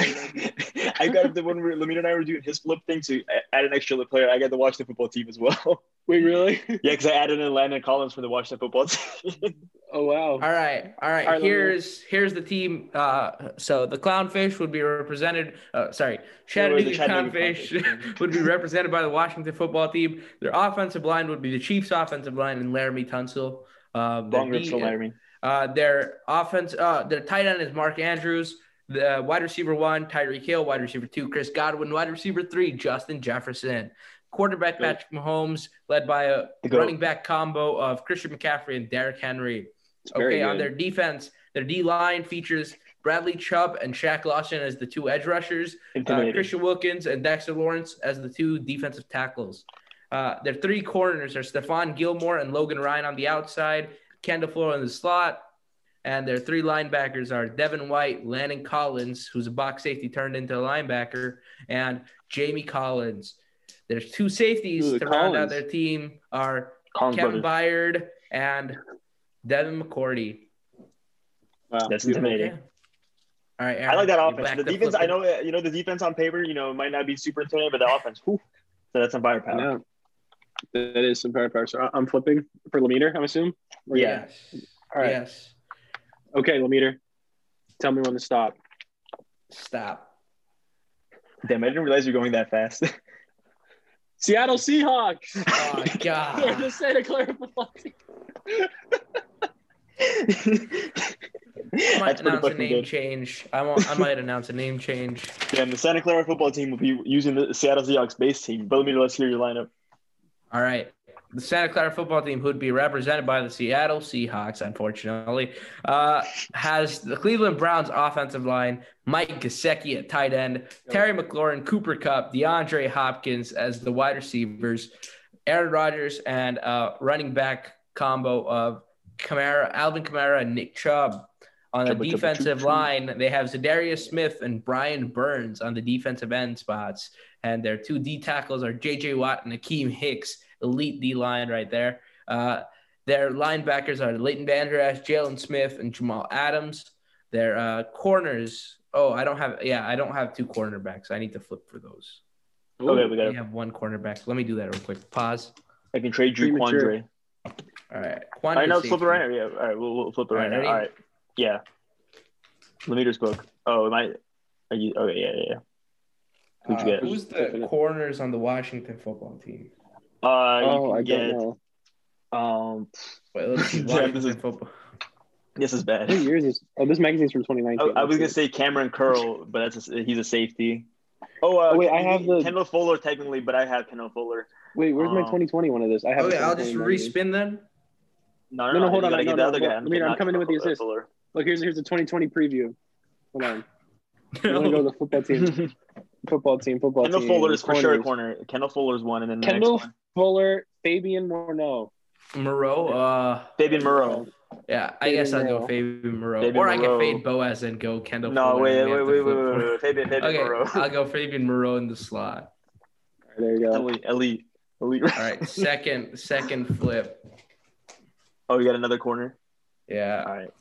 S1: I got the one where Lamine and I were doing his flip thing to add an extra player. I got to watch the football team as well.
S2: Wait, really?
S1: yeah, because I added in Landon Collins for the Washington football team.
S2: Oh wow.
S3: All right, all right.
S2: All right, let me-
S3: here's here's the team. Uh, so the clownfish would be represented. Uh, sorry, Chattanooga
S1: Chattanooga
S3: clownfish
S1: Clownfish.
S3: would be represented by the Washington football team. Their offensive line would be the Chiefs' offensive line and Laramie Tunsil. Um, their
S1: Long
S3: D-
S1: rips for Laramie.
S3: Uh, their offense, uh, their tight end is Mark Andrews. The wide receiver one, Tyreek Hill. Wide receiver two, Chris Godwin. Wide receiver three, Justin Jefferson. Quarterback
S2: Good.
S3: Patrick Mahomes, led by a
S1: The goat.
S3: running back combo of Christian McCaffrey and Derrick Henry.
S2: It's very
S3: Okay, on
S2: good.
S3: their defense, their D line features Bradley Chubb and Shaq Lawson as the two edge rushers, uh,
S1: Intimidating.
S3: Christian Wilkins and Dexter Lawrence as the two defensive tackles. Uh, their three corners are Stephon Gilmore and Logan Ryan on the outside, Kendall Fuller in the slot, and their three linebackers are Devin White, Landon Collins, who's a box safety turned into a linebacker, and Jamie Collins. There's two safeties
S2: Ooh, the
S3: to round out
S2: Collins.
S3: their team are
S1: Collins
S3: Kevin
S1: brothers.
S3: Byard and Devin McCourty.
S2: Wow.
S1: That's
S2: Beautiful.
S1: intimidating.
S3: All right,
S1: I like that
S3: Aaron, you're
S1: offense.
S3: back
S1: The
S3: to
S1: defense, I
S3: flipping.
S1: know, uh, you know, the defense on paper, you know, might not be super intimidating, but the offense, whew, so that's some
S2: I
S1: firepower.
S2: know. That is some power power. So I- I'm flipping for Lemeter, I'm assuming. Or-
S1: Yeah.
S3: Yes.
S2: All right.
S3: Yes.
S2: Okay, Lemeter. Tell me when to stop.
S3: Stop.
S1: Damn, I didn't realize you're going that fast.
S2: Seattle Seahawks.
S1: Ah.
S3: Oh
S2: I
S3: God.
S2: just say to clarify.
S3: I might
S1: that's pretty
S3: announce a
S1: fucking
S3: name
S1: good.
S3: change. I won't. I might announce a name change.
S1: Damn, the Santa Clara football team will be using the Seattle Seahawks base team. But let me let's hear your lineup.
S3: All right. The Santa Clara football team, who'd be represented by the Seattle Seahawks, unfortunately, uh, has the Cleveland Browns offensive line, Mike Gesicki at tight end, Terry McLaurin, Cooper Cup, DeAndre Hopkins as the wide receivers, Aaron Rodgers, and uh, running back combo of Kamara, Alvin Kamara, and Nick Chubb. On the
S1: Chubba, chubba,
S3: defensive
S1: choo, choo.
S3: line, they have Zadarius Smith and Brian Burns on the defensive end spots. And their two D tackles are J.J. Watt and Akeem Hicks, elite D line right there. Uh, their linebackers are Leighton Vander Esch, Jalen Smith, and Jamal Adams. Their uh, corners. Oh, I don't have. Yeah, I don't have two cornerbacks. I need to flip for those.
S1: Okay, Oh, we
S3: I
S1: got
S3: only
S1: it.
S3: have one cornerback. Let me do that real quick. Pause.
S1: I can trade you
S2: Premature.
S1: Quandre.
S3: All right.
S1: All
S3: Quantity
S1: right, now let's flip it
S3: safety.
S1: right now. Yeah, all right, we'll, we'll flip it
S3: All
S1: right
S3: right,
S1: now. All right, yeah. Let me just book. Oh, am I? Are you? Okay, yeah, yeah, yeah. Who'd you
S3: Uh,
S1: get?
S3: who's the corners on the Washington football team?
S1: Uh, you
S2: Oh,
S1: can
S2: I
S1: get,
S2: don't know.
S1: Um,
S3: Wait, let's see.
S1: Damn,
S3: Washington
S1: this is-
S3: football.
S1: this is
S2: Who
S1: bad.
S2: years is? Oh, this magazine's from 2019.
S1: I, I was gonna say Cameron Curl, but that's a, he's a safety. Oh, uh,
S2: Oh, wait, I have the-
S1: Kendall Fuller technically, but I have Kendall Fuller.
S2: Wait, where's my
S1: um,
S2: 2020 one of this? I have.
S3: Okay,
S2: a
S3: Oh, I'll just
S2: 2020 magazine.
S3: respin then.
S1: No,
S2: No, no,
S1: I
S2: hold
S1: think
S2: on,
S1: I
S2: no,
S1: get
S2: no,
S1: the other
S2: no,
S1: guy.
S2: I mean, I'm
S1: not
S2: coming in with the
S1: Fuller,
S2: assist.
S1: Fuller.
S2: Look, here's here's the 2020 preview. Hold on. I'm gonna go to the football team. Football team. Football
S1: Kendall
S2: team.
S1: Fuller is for sure a
S2: corners.
S1: corner. Kendall Fuller's one, and then the
S2: Kendall
S1: next one.
S2: Fuller, Fabian Morneau.
S3: Moreau. Uh,
S1: Fabian Murrow.
S3: yeah, I
S2: Fabian
S3: guess I'll go
S2: Moreau.
S3: Fabian Moreau.
S1: Fabian
S3: or I
S1: Moreau.
S3: can fade Boaz and go Kendall.
S1: No,
S3: Fuller.
S1: wait,
S3: We
S1: wait,
S3: have to
S1: wait, wait,
S3: flip
S1: wait,
S3: for-
S1: wait, wait. Fabian, Fabian
S3: Okay,
S1: Murrow.
S3: I'll go Fabian Moreau in the slot.
S2: There you go.
S1: Elite, elite, elite.
S3: All right, second, second flip.
S1: Oh, you got another corner.
S3: Yeah,
S1: All right,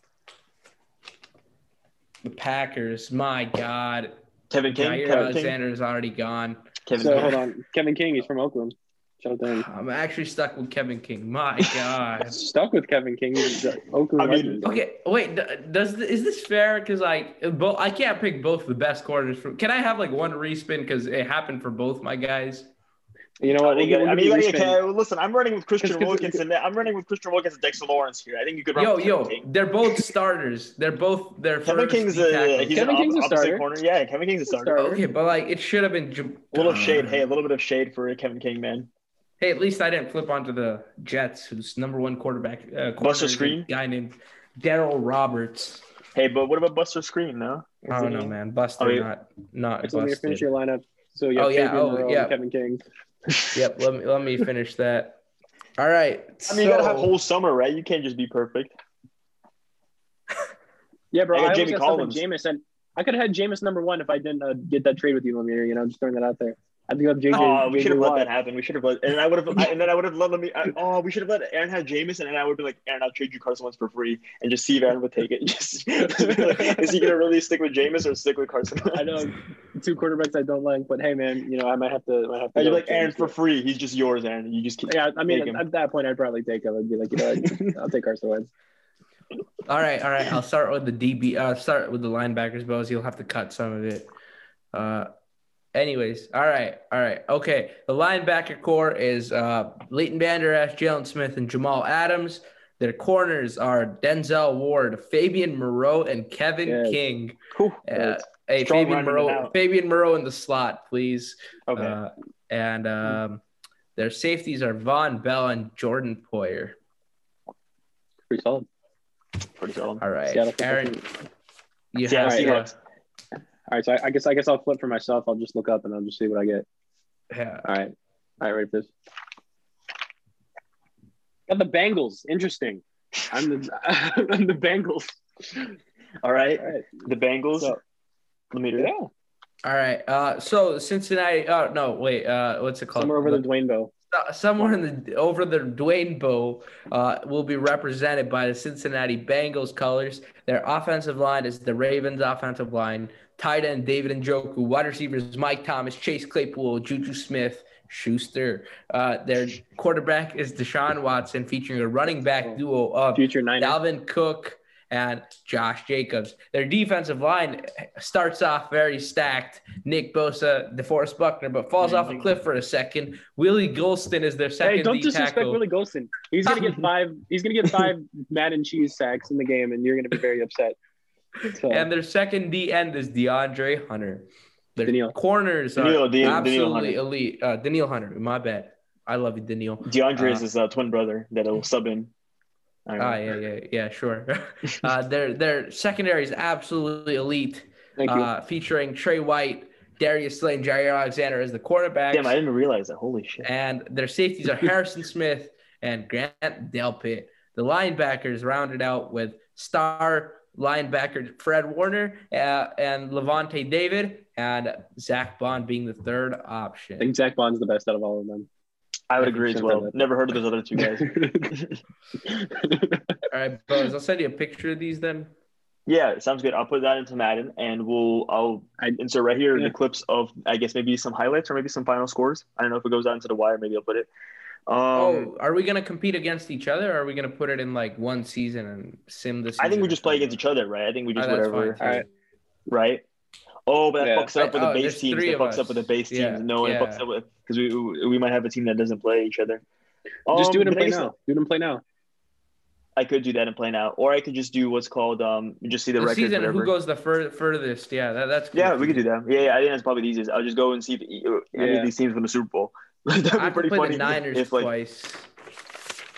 S3: the Packers. My God,
S1: Kevin King.
S3: Jair
S1: Kevin King.
S3: Alexander is already gone.
S1: Kevin
S2: uh, So
S1: King.
S2: hold on, Kevin King. He's from Oakland. Shut down.
S3: I'm actually stuck with Kevin King. My God.
S2: Stuck with Kevin King. He's the Oakland.
S1: I mean-
S2: Legends.
S3: Okay, wait. d- Does th- is this fair? Because like, both I can't pick both the best corners. From can I have like one respin? Because it happened for both my guys.
S2: You know
S1: I
S2: what?
S1: think-
S2: We'll- we'll
S1: I mean,
S2: give
S1: Oh, you
S2: you
S1: gotta
S2: a
S1: get
S2: spin.
S1: Kevin- Listen, I'm running with Christian
S2: Just 'cause-
S1: Wilkins, and I'm running with Christian Wilkins and Dexter Lawrence here. I think you could run
S3: Yo,
S1: with
S3: yo,
S1: Kevin King.
S3: they're both starters. They're both they're
S1: Kevin
S3: first
S1: King's
S3: D
S1: a uh,
S3: tackles.
S1: he's
S2: Kevin
S1: an
S2: King's a
S1: op- opposite
S2: starter.
S1: corner. Yeah, Kevin King's a starter.
S2: Starter.
S3: okay, but like it should have been Jam-
S1: A little shade.
S3: Uh,
S1: Hey, a little bit of shade for Kevin King, man.
S3: Hey, at least I didn't flip onto the Jets, whose number one quarterback uh, corner is a
S1: Screen?
S3: guy named Daryl Roberts.
S1: Hey, but what about Buster Screen? No,
S3: I don't know, man. Buster,
S1: Oh, yeah.
S3: not not
S2: It's when you finish
S3: busted.
S2: your lineup. So you
S3: Oh,
S2: have
S3: yeah,
S2: Fabian
S3: oh,
S2: Moreau
S3: yeah.
S2: and Kevin King.
S3: Yep. Let me let me finish that. All right.
S1: I mean, you gotta have whole summer, right? You can't just be perfect.
S2: Yeah, bro.
S1: I
S2: I,
S1: got
S2: almost
S1: Jamie
S2: got something
S1: Collins.
S2: Jameis, and I could have had Jameis number one if I didn't uh, get that trade with you, Lemire. You know, I'm just throwing that out there. I think of JJ.
S1: Oh, we
S2: JJ
S1: should have let
S2: Watt.
S1: that happen. We should have let, and I would have, I- and then I would have let me. I, oh, we should have let Aaron have Jameson, and I would have been like, Aaron, I'll trade you Carson Wentz for free, and just see if Aaron would take it. Just, like, is he gonna really stick with Jameis or stick with Carson? Wentz?
S2: I know two quarterbacks I don't like, but hey, man, you know, I might have to. Might have to
S1: And
S2: go
S1: you're like
S2: with
S1: Aaron
S2: Jameis.
S1: for free. He's just yours, Aaron. You just keep.
S2: Yeah, I
S1: Take
S2: mean,
S1: him.
S2: at that point, I'd probably take him. I'd be like, you know, what? I'll take Carson Wentz.
S3: All right, all right. I'll start with the DB. Uh, start with the linebackers, Boz. You'll have to cut some of it. Uh, anyways, all right, all right, okay. The linebacker core is uh, Leighton Vander Esch, Jalen Smith, and Jamal Adams. Their corners are Denzel Ward, Fabian Moreau, and Kevin
S2: Yes.
S3: King.
S1: Whew.
S3: Uh, hey,
S1: Strong
S3: Fabian
S1: running it
S3: Moreau,
S1: out.
S3: Fabian Moreau in the slot, please.
S1: okay.
S3: Uh, and um, their safeties are Von Bell and Jordan Poyer.
S2: Pretty solid.
S1: pretty solid.
S3: All right,
S2: Seattle
S3: Aaron, you
S1: Seattle
S3: have
S1: Seahawks.
S2: All right, so I, I guess I guess I'll flip for myself. I'll just look up and I'll just see what I get.
S3: yeah.
S2: All right, all right, ready for this? Got the Bengals. Interesting. I'm the I'm the Bengals.
S1: All right.
S2: All right.
S1: The Bengals.
S2: So-
S1: Let me do
S2: Yeah.
S1: that.
S3: All right. Uh, so Cincinnati. Oh no, wait. Uh, what's it called?
S2: Somewhere over the Dwayne Bow.
S3: Uh, somewhere in the over the Dwayne Bow uh, will be represented by the Cincinnati Bengals colors. Their offensive line is the Ravens' offensive line. Tight end David Njoku, wide receivers Mike Thomas, Chase Claypool, Juju Smith, Schuster. Uh, their quarterback is Deshaun Watson, featuring a running back duo of
S2: Future nine.
S3: Dalvin Cook and Josh Jacobs. Their defensive line starts off very stacked. Nick Bosa, DeForest Buckner, but falls off a cliff for a second. Willie Golston is their second
S2: Hey, don't
S3: D
S2: disrespect
S3: tackle.
S2: Willie Golston. He's gonna get five. He's gonna get five Madden cheese sacks in the game, and you're gonna be very upset. So,
S3: and their second D end is DeAndre Hunter. Their
S2: Daniil.
S3: corners are
S1: Daniil, Dan- Daniil
S3: absolutely
S1: Hunter.
S3: elite. Uh, Daniil Hunter, my bad. I love you, Daniil.
S1: DeAndre is
S3: Uh,
S1: his uh, twin brother that'll sub in. I don't
S3: Ah,
S1: know.
S3: yeah, yeah, yeah, sure. uh, their their secondary is absolutely elite.
S2: thank you.
S3: uh, featuring Trey White, Darius Slay, and Jair Alexander as the quarterbacks.
S1: Damn, I didn't realize that. Holy shit.
S3: and their safeties are Harrison Smith and Grant Delpit. The linebackers rounded out with star linebacker Fred Warner uh, and Levante David and Zach Bond being the third
S2: I
S3: option.
S2: think Zach Bond's the best out of all of them.
S1: I would
S2: I think
S1: agree as
S2: so,
S1: well.
S2: but-
S1: Never heard of those other two guys.
S3: All right, Bose, I'll send you a picture of these
S1: Um,
S3: then.
S1: Yeah, sounds good. I'll put that into Madden, and we'll I'll
S2: I-
S1: insert right here
S2: Yeah.
S1: the clips of I guess maybe some highlights or maybe some final scores. I don't know if it goes out into the wire. Maybe I'll put it. Um,
S3: oh, are we gonna compete against each other? Or are we gonna put it in like one season and sim Oh, this?
S1: I think we just play against each other, right? I think we just whatever,
S2: All right.
S1: right? Oh, but that
S2: Yeah.
S1: fucks it up with
S3: Oh,
S1: the
S3: there's
S1: base teams.
S3: three
S1: That
S3: of
S1: fucks up
S3: us.
S1: with the base teams.
S3: Yeah,
S1: No, it
S3: yeah.
S1: fucks up with because we we might have a team that doesn't play each other.
S2: Just do it
S1: Um,
S2: and
S1: but I
S2: play
S1: guess
S2: now. Do it and play now.
S1: I could do that and play now, or I could just do what's called um just see the,
S3: The
S1: record.
S3: season
S1: whatever.
S3: who goes the fur- furthest? Yeah, that, that's
S1: Yeah, we could do that. Yeah, yeah, I think that's probably the easiest. I'll just go and see if uh, any
S2: Yeah.
S1: of these teams win the Super Bowl. Like, that'd be
S3: I have to
S1: pretty
S3: play
S1: funny
S3: the Niners
S1: if like
S3: twice.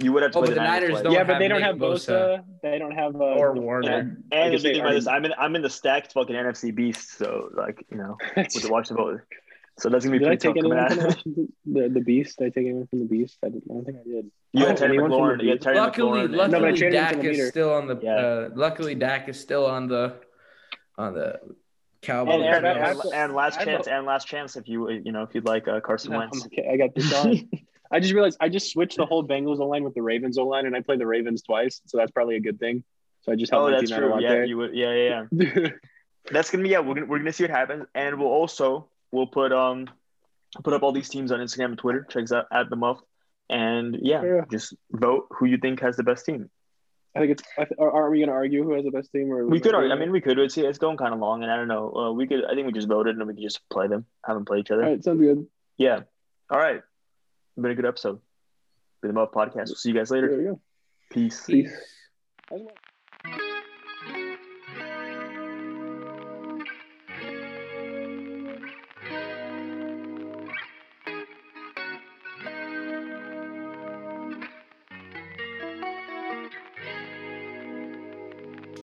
S1: you would have to
S3: Oh,
S1: play
S3: but
S1: the Niners. twice.
S3: don't
S2: yeah, but they
S3: have
S2: don't
S3: Nick
S2: have Bosa. They don't have uh,
S1: Oh,
S3: Or Warner.
S1: And,
S2: I
S1: and if
S2: guess
S1: you
S2: they
S1: think about
S2: are-
S1: this, I'm in I'm in the stacked fucking NFC beast, so like you know, with the watch the vote. So that's gonna be
S2: Did I
S1: pretty tough
S2: take
S1: coming
S2: anyone from
S1: out.
S2: the, the, the Beast? Did I take anyone from the Beast? I, didn't, I don't think I did.
S1: You
S2: Oh,
S1: got Terry
S2: anyone from
S1: McLaurin.
S2: the
S1: You got Terry
S3: Luckily,
S1: McLaurin.
S2: No, but I
S3: luckily
S2: traded him
S3: Dak
S2: to the
S3: is
S2: leader.
S3: still on the.
S1: Yeah.
S3: Uh, luckily, Dak is still on the, on the Cowboys.
S1: and, and,
S2: I
S1: and,
S2: have to-
S1: and last
S2: I have
S1: chance,
S2: to-
S1: and last chance. If you you know if you'd like uh, Carson
S2: No,
S1: Wentz,
S2: I'm okay, I got this on. I just realized I just switched the whole Bengals O line with the Ravens O line, and I played the Ravens twice, so that's probably a good thing. So I just helped
S1: oh
S2: my
S1: that's
S2: team out a
S1: true.
S2: lot
S1: Yeah,
S2: there.
S1: you would. Yeah, yeah, yeah. that's gonna be yeah. We're gonna, we're gonna see what happens, and we'll also we'll put um put up all these teams on Instagram and Twitter. Check us out at the Muff, and yeah,
S2: Yeah.
S1: just vote who you think has the best team.
S2: I think it's. I th- are, are we going to argue who has the best team? Or
S1: We could, argue- I mean, we could. It's it's going kind of long, and I don't know. Uh, we could. I think we just voted, and we could just play them. Haven't played each other.
S2: all right, sounds good.
S1: Yeah. All right. Been a good episode. Been the Muff podcast. We'll see you guys
S2: There
S1: later.
S2: we go.
S1: Peace.
S2: That was-